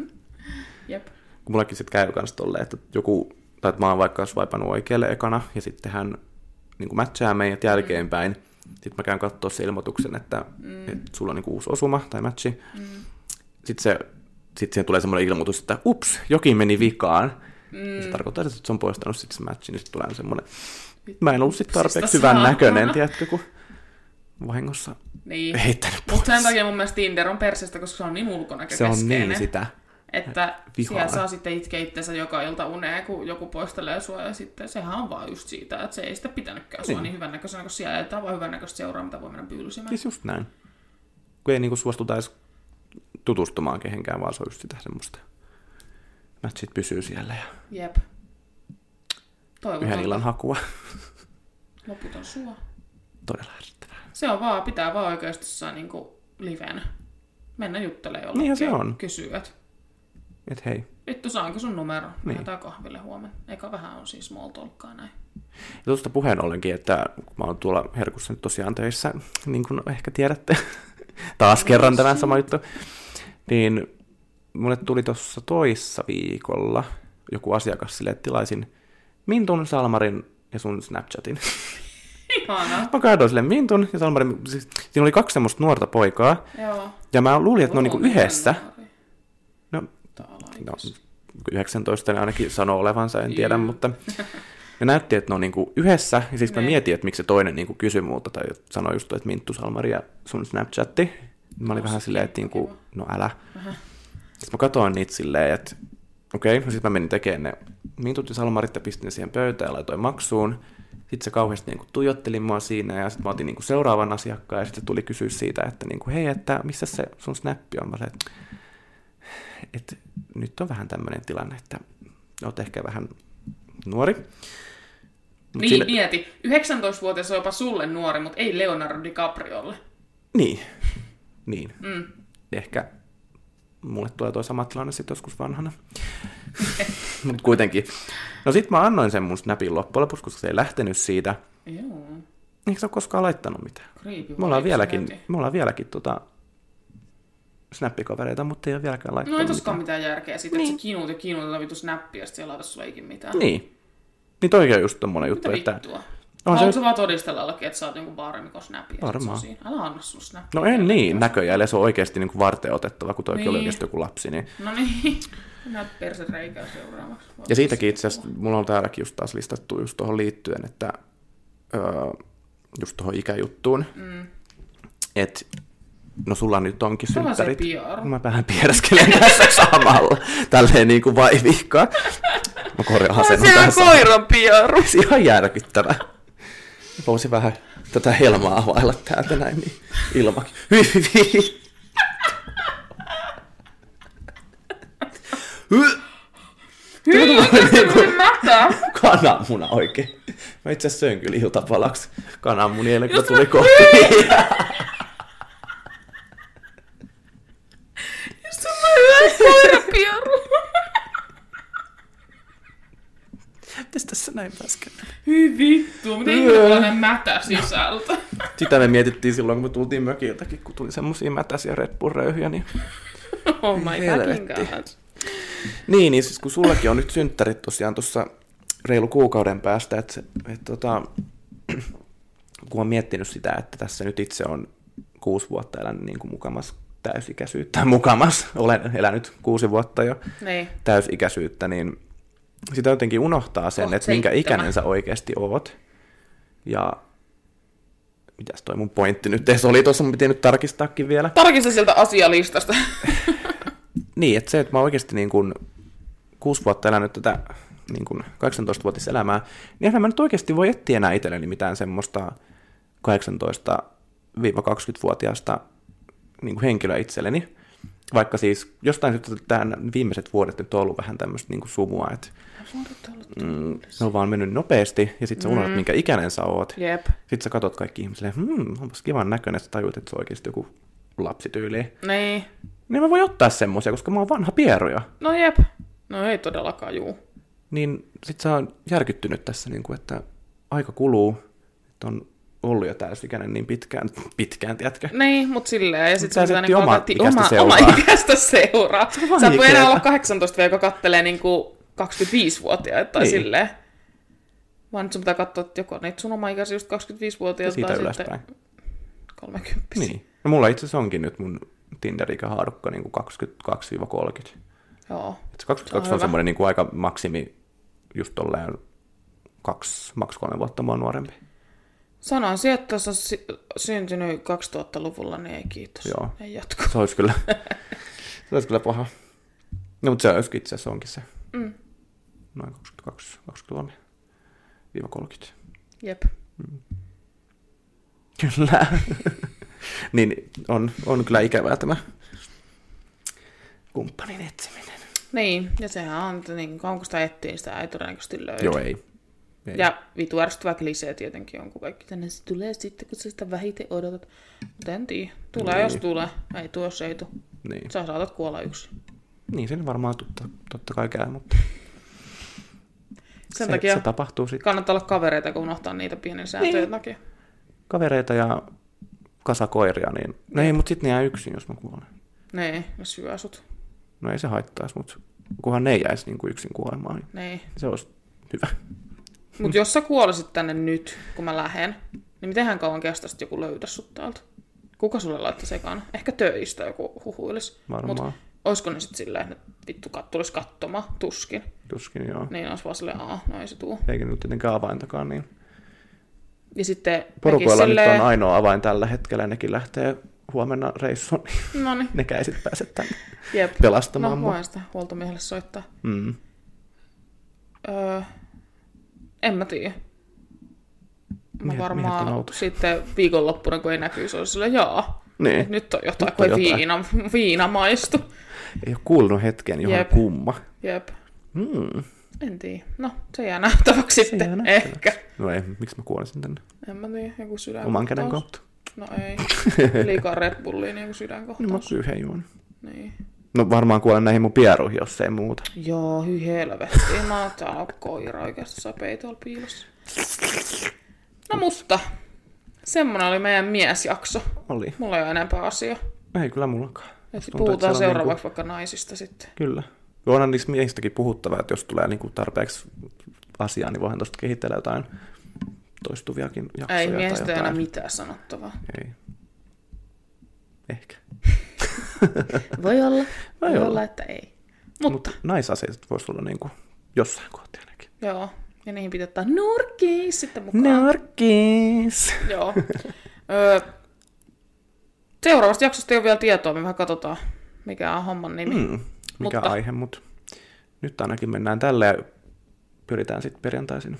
Speaker 2: Jep.
Speaker 1: Kun mullakin sitten käy kans tolleen, että joku, tai että mä oon vaikka swipannut oikealle ekana, ja sitten hän niin matchaa meidät jälkeenpäin. Sitten mä käyn katsoa se ilmoituksen, että, mm. että sulla on niin uusi osuma tai matchi. Mm. Sitten se sitten siihen tulee semmoinen ilmoitus, että ups, jokin meni vikaan. Mm. Se tarkoittaa, että se on poistanut sitten se matchin, niin sitten tulee semmoinen, mä en ollut sitten tarpeeksi
Speaker 2: Upsista
Speaker 1: hyvän
Speaker 2: saatana.
Speaker 1: näköinen, tiedätkö, kun vahingossa
Speaker 2: Niin.
Speaker 1: heittänyt pois.
Speaker 2: Mutta sen takia mun mielestä Tinder on persestä, koska se on niin
Speaker 1: Se on
Speaker 2: ulkonäkökeskeinen.
Speaker 1: niin sitä.
Speaker 2: Että
Speaker 1: Vihaan.
Speaker 2: siellä saa sitten itkeä itsensä joka ilta uneen, kun joku poistelee sua. Ja sitten sehän on vaan just siitä, että se ei sitä pitänytkään sua
Speaker 1: Niin.
Speaker 2: niin, niin hyvännäköisenä, kun siellä ajetaan vaan hyvännäköistä seuraa, mitä voi mennä pyylisimään.
Speaker 1: Siis just näin. Kun ei niinku suostuta edes tutustumaan kehenkään, vaan se on just sitä semmoista. Matchit pysyy siellä ja
Speaker 2: Jep.
Speaker 1: yhden illan
Speaker 2: Toivotaan,
Speaker 1: hakua.
Speaker 2: loput on sua.
Speaker 1: Todella ärsyttävää.
Speaker 2: Se on vaan, pitää vaan oikeasti saa niinku livenä. Mennä juttelemaan jollekin.
Speaker 1: Niinhän se on.
Speaker 2: Kysyä, että
Speaker 1: Et hei.
Speaker 2: vittu saanko sun numero?
Speaker 1: Niin.
Speaker 2: Niin. kahville huomenna. Eikä vähän on siis small talkkaa näin.
Speaker 1: Ja tuosta puheen ollenkin, että kun mä oon tuolla herkussa nyt tosiaan töissä, niin kuin ehkä tiedätte, taas kerran tämä sama juttu, niin mulle tuli tuossa toissa viikolla joku asiakas sille, että tilaisin Mintun, Salmarin ja sun Snapchatin.
Speaker 2: Ihana.
Speaker 1: Mä kaadoin sille Mintun ja Salmarin, siis siinä oli kaksi semmoista nuorta poikaa,
Speaker 2: Joo.
Speaker 1: ja mä luulin, että ne on niinku
Speaker 2: Luulen,
Speaker 1: yhdessä.
Speaker 2: nuori.
Speaker 1: No,
Speaker 2: Tai
Speaker 1: no
Speaker 2: alaikäis.
Speaker 1: 19 ne ainakin sanoo olevansa, en tiedä,
Speaker 2: Juu.
Speaker 1: mutta Ne näytti, että ne on niinku yhdessä, ja siis mä
Speaker 2: Niin.
Speaker 1: mietin, että miksi se toinen niinku kysyi multa, tai sanoi just, että Minttu Salmari ja sun Snapchatti. Mä olin
Speaker 2: No,
Speaker 1: vähän
Speaker 2: se
Speaker 1: silleen,
Speaker 2: on
Speaker 1: että niinku,
Speaker 2: kiva.
Speaker 1: no älä. Sitten mä katsoin niitä silleen, että okei, okay, sitten mä menin tekemään ne mintut ja salmarit ja pistin ne siihen pöytään ja laitoin maksuun. Sitten se kauheasti niinku tuijotteli mua siinä ja sitten mä otin niinku seuraavan asiakkaan ja sitten se tuli kysyä siitä, että niinku, hei, että missä se sun snappi on? Mä sanoin, että et, nyt on vähän tämmöinen tilanne, että oot ehkä vähän nuori. Mut
Speaker 2: Niin, mieti. 19-vuotias on jopa sulle nuori, mutta ei Leonardo DiCapriolle.
Speaker 1: niin, niin.
Speaker 2: Mm.
Speaker 1: ehkä mulle tulee toi sama tilanne sitten joskus vanhana. Mutta kuitenkin. No sit mä annoin sen mun snapin loppujen lopuksi, koska se ei lähtenyt siitä.
Speaker 2: Joo,
Speaker 1: Eikö se ole koskaan laittanut mitään?
Speaker 2: creepy.
Speaker 1: Me ollaan
Speaker 2: vibes
Speaker 1: vieläkin,
Speaker 2: heti.
Speaker 1: me ollaan vieläkin tota, snappikavereita, mutta ei ole vieläkään
Speaker 2: No
Speaker 1: laittanut
Speaker 2: ei toskaan mitään järkeä siitä, niin.
Speaker 1: Niin.
Speaker 2: että sä kinuut ja kinuut tätä vitu snappia, ja sit se ei laita sulle ikin mitään. niin.
Speaker 1: Niin. Niin toi on just tommonen juttu,
Speaker 2: Mitä
Speaker 1: että...
Speaker 2: vittua?
Speaker 1: On
Speaker 2: Haluatko
Speaker 1: se,
Speaker 2: se... vaan todistella jollakin, että sä oot niinku vaaremikon snappia? ja sit
Speaker 1: Varmaan.
Speaker 2: se on siinä? Älä anna sun snappia.
Speaker 1: no en niin, näköjään. Ja se on oikeasti niin varten otettava, kun toikin niin. oli
Speaker 2: Niin.
Speaker 1: oikeasti joku lapsi. Niin.
Speaker 2: No niin. Näet persen reikää seuraavaksi. Voi
Speaker 1: Ja siitäkin itse asiassa mulla on täälläkin just taas listattu just tuohon liittyen, että öö, just tuohon ikäjuttuun,
Speaker 2: Mm.
Speaker 1: että no sulla nyt onkin
Speaker 2: Tämä on se
Speaker 1: synttärit.
Speaker 2: PR.
Speaker 1: Mä vähän pieräskelen tässä samalla, tälleen niin kuin vaivihkaa. Mä korjaan sen tässä.
Speaker 2: koiran piaru.
Speaker 1: Ihan järkyttävä. Voisi vähän tätä helmaa availla täältä näin, niin ilmakin. Hyi, hyi. Hyi.
Speaker 2: Hyi,
Speaker 1: Tuo tulee niinku-
Speaker 2: se mätä.
Speaker 1: kananmuna oikein. Mä itse asiassa söin kyllä iltapalaksi kananmunia, eli kun
Speaker 2: Just
Speaker 1: tuli
Speaker 2: mä-
Speaker 1: kohti.
Speaker 2: Just se mätä koiran piaru.
Speaker 1: Mitäs tässä näin pääskään?
Speaker 2: Hyi vittu, miten ihminen
Speaker 1: Yö.
Speaker 2: tällainen mätä sisältä.
Speaker 1: Sitä me mietittiin silloin, kun me tultiin mökiltäkin, kun tuli semmosia mätäisiä Red Bull-röyhyjä. Niin...
Speaker 2: Oh my fucking
Speaker 1: Helvetti.
Speaker 2: god.
Speaker 1: niin, niin siis kun sullakin on nyt synttärit tosiaan tuossa reilu kuukauden päästä, että et, tota, kun on miettinyt sitä, että tässä nyt itse on kuusi vuotta elänyt niin kuin mukamas täysikäisyyttä, mukamas, olen elänyt kuusi vuotta jo,
Speaker 2: Niin.
Speaker 1: täysikäisyyttä, niin sitä jotenkin unohtaa sen,
Speaker 2: Oot
Speaker 1: että minkä
Speaker 2: seitsemän.
Speaker 1: ikäinen sä oikeasti oot. Ja mitäs toi mun pointti nyt edes oli tuossa, mun piti nyt tarkistaakin vielä.
Speaker 2: Tarkista sieltä asialistasta.
Speaker 1: Niin, että se, että mä oikeasti niin kun kuusi vuotta elänyt tätä niin kun 18-vuotiselämää, niin eihän mä nyt oikeasti voi etsiä enää itselleni mitään semmoista 18-20-vuotiaasta niin kuin henkilöä itselleni. Vaikka siis jostain syystä tämän viimeiset vuodet nyt on ollut vähän tämmöistä niin kuin sumua, että mm, ne on vaan mennyt nopeasti, ja sitten sä unohdat, minkä ikäinen sä oot.
Speaker 2: Jep.
Speaker 1: Sitten sä katot kaikki ihmisille, hmm, onpas kivan näköinen, että sä tajut, että se on oikeasti joku lapsityyli.
Speaker 2: Niin.
Speaker 1: Niin mä voin ottaa semmoisia, koska mä oon vanha pieruja.
Speaker 2: No jep. No ei todellakaan juu.
Speaker 1: Niin sit sä oon järkyttynyt tässä, niin kuin, että aika kuluu, että on ollut jo täysikäinen niin pitkään, pitkään, tiedätkö?
Speaker 2: Niin, mut silleen. Ja sit
Speaker 1: Mut
Speaker 2: se
Speaker 1: sä
Speaker 2: pitää
Speaker 1: et
Speaker 2: niinku
Speaker 1: oma
Speaker 2: alkaa ti-
Speaker 1: ikästä
Speaker 2: oma,
Speaker 1: seuraa.
Speaker 2: oma ikästä seuraa.
Speaker 1: on vaan
Speaker 2: Sä et voi enää
Speaker 1: ikävä.
Speaker 2: olla 18 joka kattelee niinku 25-vuotiaita tai
Speaker 1: Niin.
Speaker 2: silleen. Vaan nyt sun pitää katsoa, että joko niitä sun oma ikäsi just 25-vuotiaita
Speaker 1: Siitä
Speaker 2: tai
Speaker 1: ylöspäin.
Speaker 2: sitten 30
Speaker 1: Niin. No mulla itse asiassa onkin nyt mun Tinder-ikähaarukka niin 22-30.
Speaker 2: Joo.
Speaker 1: Et se 22
Speaker 2: Se on
Speaker 1: on
Speaker 2: hyvä.
Speaker 1: semmoinen niin kuin aika maksimi, just tolleen kaksi, maks kolme vuotta mua nuorempi.
Speaker 2: Sanoisin, että jos on sy- syntynyt 2000-luvulla, niin ei kiitos.
Speaker 1: Joo.
Speaker 2: Ei jatko.
Speaker 1: Se olisi kyllä, se olisi kyllä paha. No, mutta se olisi itse asiassa onkin se.
Speaker 2: Mm.
Speaker 1: Noin 22, 23, viiva 30.
Speaker 2: Jep.
Speaker 1: Kyllä. niin on, on kyllä ikävää tämä kumppanin etsiminen.
Speaker 2: Niin, ja sehän on, että niin kauan kun sitä etsii, sitä ei todennäköisesti löydy.
Speaker 1: Joo, ei. ei.
Speaker 2: Ja vitu ärsyttävä klisee tietenkin on, kun kaikki tänne se tulee sitten, kun sä sitä vähiten odotat. Mutta en tiedä. Tulee,
Speaker 1: Niin.
Speaker 2: jos tulee. Ei tuo, jos ei tule.
Speaker 1: Niin.
Speaker 2: Sä saatat kuolla yksin.
Speaker 1: niin, sen varmaan totta, totta kai käy, mutta
Speaker 2: Sen
Speaker 1: se,
Speaker 2: se, takia
Speaker 1: se
Speaker 2: se
Speaker 1: tapahtuu sitten.
Speaker 2: kannattaa olla kavereita, kun unohtaa niitä pienen sääntöjen
Speaker 1: Niin.
Speaker 2: niin. takia.
Speaker 1: Kavereita ja kasakoiria, niin... No ei, mutta sitten ne jää yksin, jos mä kuolen.
Speaker 2: Niin, ne syö sut.
Speaker 1: No ei se haittaisi, mutta kunhan ne ei jäisi niin kuin yksin kuolemaan, niin
Speaker 2: Niin.
Speaker 1: se olisi hyvä.
Speaker 2: Mut jos sä kuolisit tänne nyt, kun mä lähen, niin mitenhän kauan kestäisi, että joku löytää sut täältä? Kuka sulle laittaisi sekaan? Ehkä töistä joku huhuilis.
Speaker 1: Varmaan.
Speaker 2: Mut olisiko ne sitten silleen, että vittu kat, tulisi kattoma, tuskin.
Speaker 1: Tuskin, joo.
Speaker 2: Niin olisi vaan silleen, aah, no ei se tuu.
Speaker 1: Eikä nyt tietenkään avaintakaan, niin
Speaker 2: Ja sitten
Speaker 1: porukoilla
Speaker 2: mekin
Speaker 1: nyt
Speaker 2: silleen-
Speaker 1: on ainoa avain tällä hetkellä, nekin lähtee huomenna reissuun, niin
Speaker 2: No niin,
Speaker 1: nekään ei sitten pääse tänne
Speaker 2: jep.
Speaker 1: pelastamaan
Speaker 2: No,
Speaker 1: mua.
Speaker 2: voin sitä huoltomiehelle soittaa.
Speaker 1: Mm.
Speaker 2: Öö, en mä tiedä. Mä
Speaker 1: Miehet- miehet on
Speaker 2: varmaan
Speaker 1: outoja.
Speaker 2: sitten viikonloppuna, kun ei näkyisi, olisi silleen, jaa,
Speaker 1: Niin,
Speaker 2: Et nyt on jotain,
Speaker 1: Nyt
Speaker 2: kun
Speaker 1: on
Speaker 2: ei
Speaker 1: jotain.
Speaker 2: viina, viina maistu.
Speaker 1: ei ole kuulunut hetkeen, johon
Speaker 2: Jep.
Speaker 1: kumma.
Speaker 2: Jep,
Speaker 1: Mm.
Speaker 2: en tiedä. No, se jää nähtäväksi
Speaker 1: Se
Speaker 2: sitten,
Speaker 1: jää nähtäväksi.
Speaker 2: ehkä.
Speaker 1: No ei, miksi mä kuolisin tänne?
Speaker 2: En mä tiedä, joku sydänkohtaus.
Speaker 1: Oman käden kautta.
Speaker 2: No ei, liikaa Red Bullia, niin joku
Speaker 1: Niin mä
Speaker 2: sydänkohtaus.
Speaker 1: yhden juon.
Speaker 2: Niin.
Speaker 1: No varmaan kuolen näihin mun pieruihin, jos ei muuta.
Speaker 2: Joo, hyi helvetti. Mä oon täällä koira oikeasti saa peitolla piilossa. No mutta, semmonen oli meidän miesjakso.
Speaker 1: Oli.
Speaker 2: Mulla ei ole enempää asiaa.
Speaker 1: Ei kyllä mullakaan.
Speaker 2: Et
Speaker 1: Tuntuu,
Speaker 2: puhutaan
Speaker 1: että siellä on niinku-
Speaker 2: seuraavaksi vaikka naisista sitten.
Speaker 1: Kyllä. Onhan niistä miehistäkin puhuttavaa, että jos tulee niinku tarpeeksi asiaa, niin voihan tuosta kehitellä jotain toistuviakin jaksoja
Speaker 2: Ei
Speaker 1: tai
Speaker 2: miehistä ei enää
Speaker 1: jotain.
Speaker 2: mitään sanottavaa.
Speaker 1: Ei. Ehkä.
Speaker 2: Voi olla,
Speaker 1: Voi
Speaker 2: voi
Speaker 1: olla.
Speaker 2: olla, että ei. Mutta,
Speaker 1: Mutta naisasiat voisi olla niinku jossain kohtaa ainakin.
Speaker 2: joo. Ja niihin pitää ottaa nurkkiin sitten mukaan.
Speaker 1: No, Narkis!
Speaker 2: Joo. Öö, seuraavasta jaksosta ei ole vielä tietoa, me vähän katsotaan, mikä on homman nimi. Mm.
Speaker 1: Mm, mikä
Speaker 2: Mutta-
Speaker 1: aihe, mutta nyt ainakin mennään tällä ja pyritään sitten perjantaisin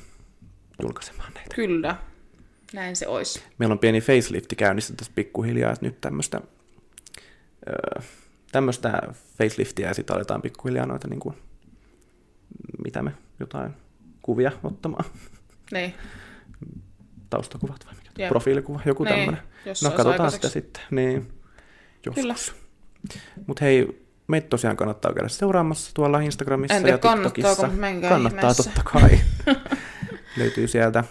Speaker 1: julkaisemaan näitä.
Speaker 2: Kyllä, näin se olisi.
Speaker 1: Meillä on pieni facelifti käynnissä tässä pikkuhiljaa, että nyt tämmöistä öö, tämmöistä faceliftiä ja sitten aletaan pikkuhiljaa noita niin kuin, mitä me, jotain kuvia ottamaan,
Speaker 2: Niin,
Speaker 1: taustakuvat vai mikä,
Speaker 2: Jep.
Speaker 1: Jep. profiilikuva, joku
Speaker 2: Niin,
Speaker 1: tämmöinen.
Speaker 2: jos
Speaker 1: No
Speaker 2: sais
Speaker 1: katsotaan sitä
Speaker 2: aikaiseksi.
Speaker 1: sitten, niin
Speaker 2: Kyllä.
Speaker 1: joskus. Mutta hei, meitä tosiaan kannattaa käydä seuraamassa tuolla Instagramissa
Speaker 2: En tiedä,
Speaker 1: ja TikTokissa.
Speaker 2: kannattaako, mutta menkää
Speaker 1: Kannattaa
Speaker 2: ihmeessä.
Speaker 1: totta kai. löytyy sieltä,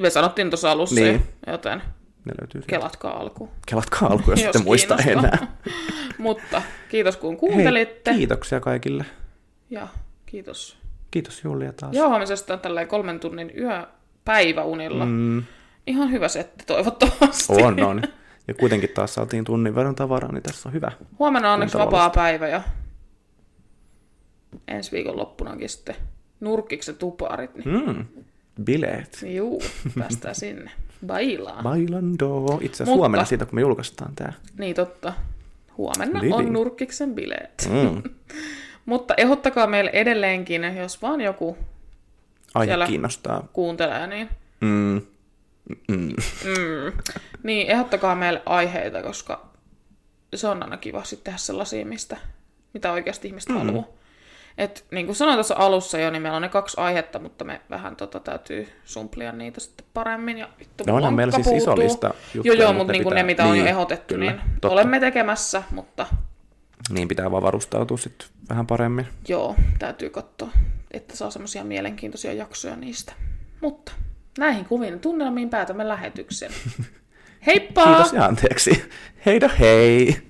Speaker 2: me sanottiin tuossa alussa,
Speaker 1: Niin.
Speaker 2: niin. joten
Speaker 1: ne löytyy sieltä.
Speaker 2: kelatkaa alku.
Speaker 1: Kelatkaa alku, jos sitten muista
Speaker 2: kiinnostaa.
Speaker 1: enää.
Speaker 2: Mutta kiitos kun kuuntelitte.
Speaker 1: Hei, kiitoksia kaikille.
Speaker 2: ja kiitos
Speaker 1: Kiitos Julia taas.
Speaker 2: jauhamisesta tällä kolmen tunnin yö päiväunilla. Mm.
Speaker 1: Mm,
Speaker 2: Ihan hyvä setti toivottavasti.
Speaker 1: on, on. Ja kuitenkin taas saatiin tunnin verran tavaraa, niin tässä on hyvä.
Speaker 2: Huomenna on onneksi
Speaker 1: Kuntavallasta.
Speaker 2: vapaa päivä ja ensi viikon loppunakin sitten nurkiksen tuparit. Niin,
Speaker 1: Mm, bileet.
Speaker 2: mm. juu, päästään sinne. Bailaan.
Speaker 1: Bailando. Itse asiassa
Speaker 2: Mutta-
Speaker 1: huomenna siitä, kun me julkaistaan tämä.
Speaker 2: Niin totta. Huomenna
Speaker 1: Living.
Speaker 2: on nurkiksen bileet.
Speaker 1: Mm.
Speaker 2: Mutta ehdottakaa meille edelleenkin, jos vaan joku
Speaker 1: Aihe
Speaker 2: Siellä-
Speaker 1: kiinnostaa.
Speaker 2: kuuntelee, niin,
Speaker 1: Mm. Mm.
Speaker 2: mm, niin ehdottakaa meille aiheita, koska se on aina kiva sitten tehdä sellaisia, mistä, mitä oikeasti ihmiset mm. haluaa. Et, niin kuin sanoin tuossa alussa jo, niin meillä on ne kaksi aihetta, mutta me vähän tota, täytyy sumplia niitä sitten paremmin. Ja vittu,
Speaker 1: No onhan
Speaker 2: mulla
Speaker 1: meillä
Speaker 2: ankka
Speaker 1: siis iso
Speaker 2: puutuu.
Speaker 1: lista
Speaker 2: Joo,
Speaker 1: juttuja,
Speaker 2: joo,
Speaker 1: mutta
Speaker 2: mutta
Speaker 1: ne
Speaker 2: niin kuin ne,
Speaker 1: pitää-
Speaker 2: mitä on jo
Speaker 1: niin,
Speaker 2: ehdotettu,
Speaker 1: kyllä,
Speaker 2: niin
Speaker 1: totta.
Speaker 2: olemme tekemässä, mutta
Speaker 1: Niin pitää vaan varustautua sitten vähän paremmin.
Speaker 2: joo, täytyy katsoa, että saa semmoisia mielenkiintoisia jaksoja niistä. Mutta näihin kuviin ja tunnelmiin päätämme lähetyksen. Heippa!
Speaker 1: Kiitos ja anteeksi. Heida hei!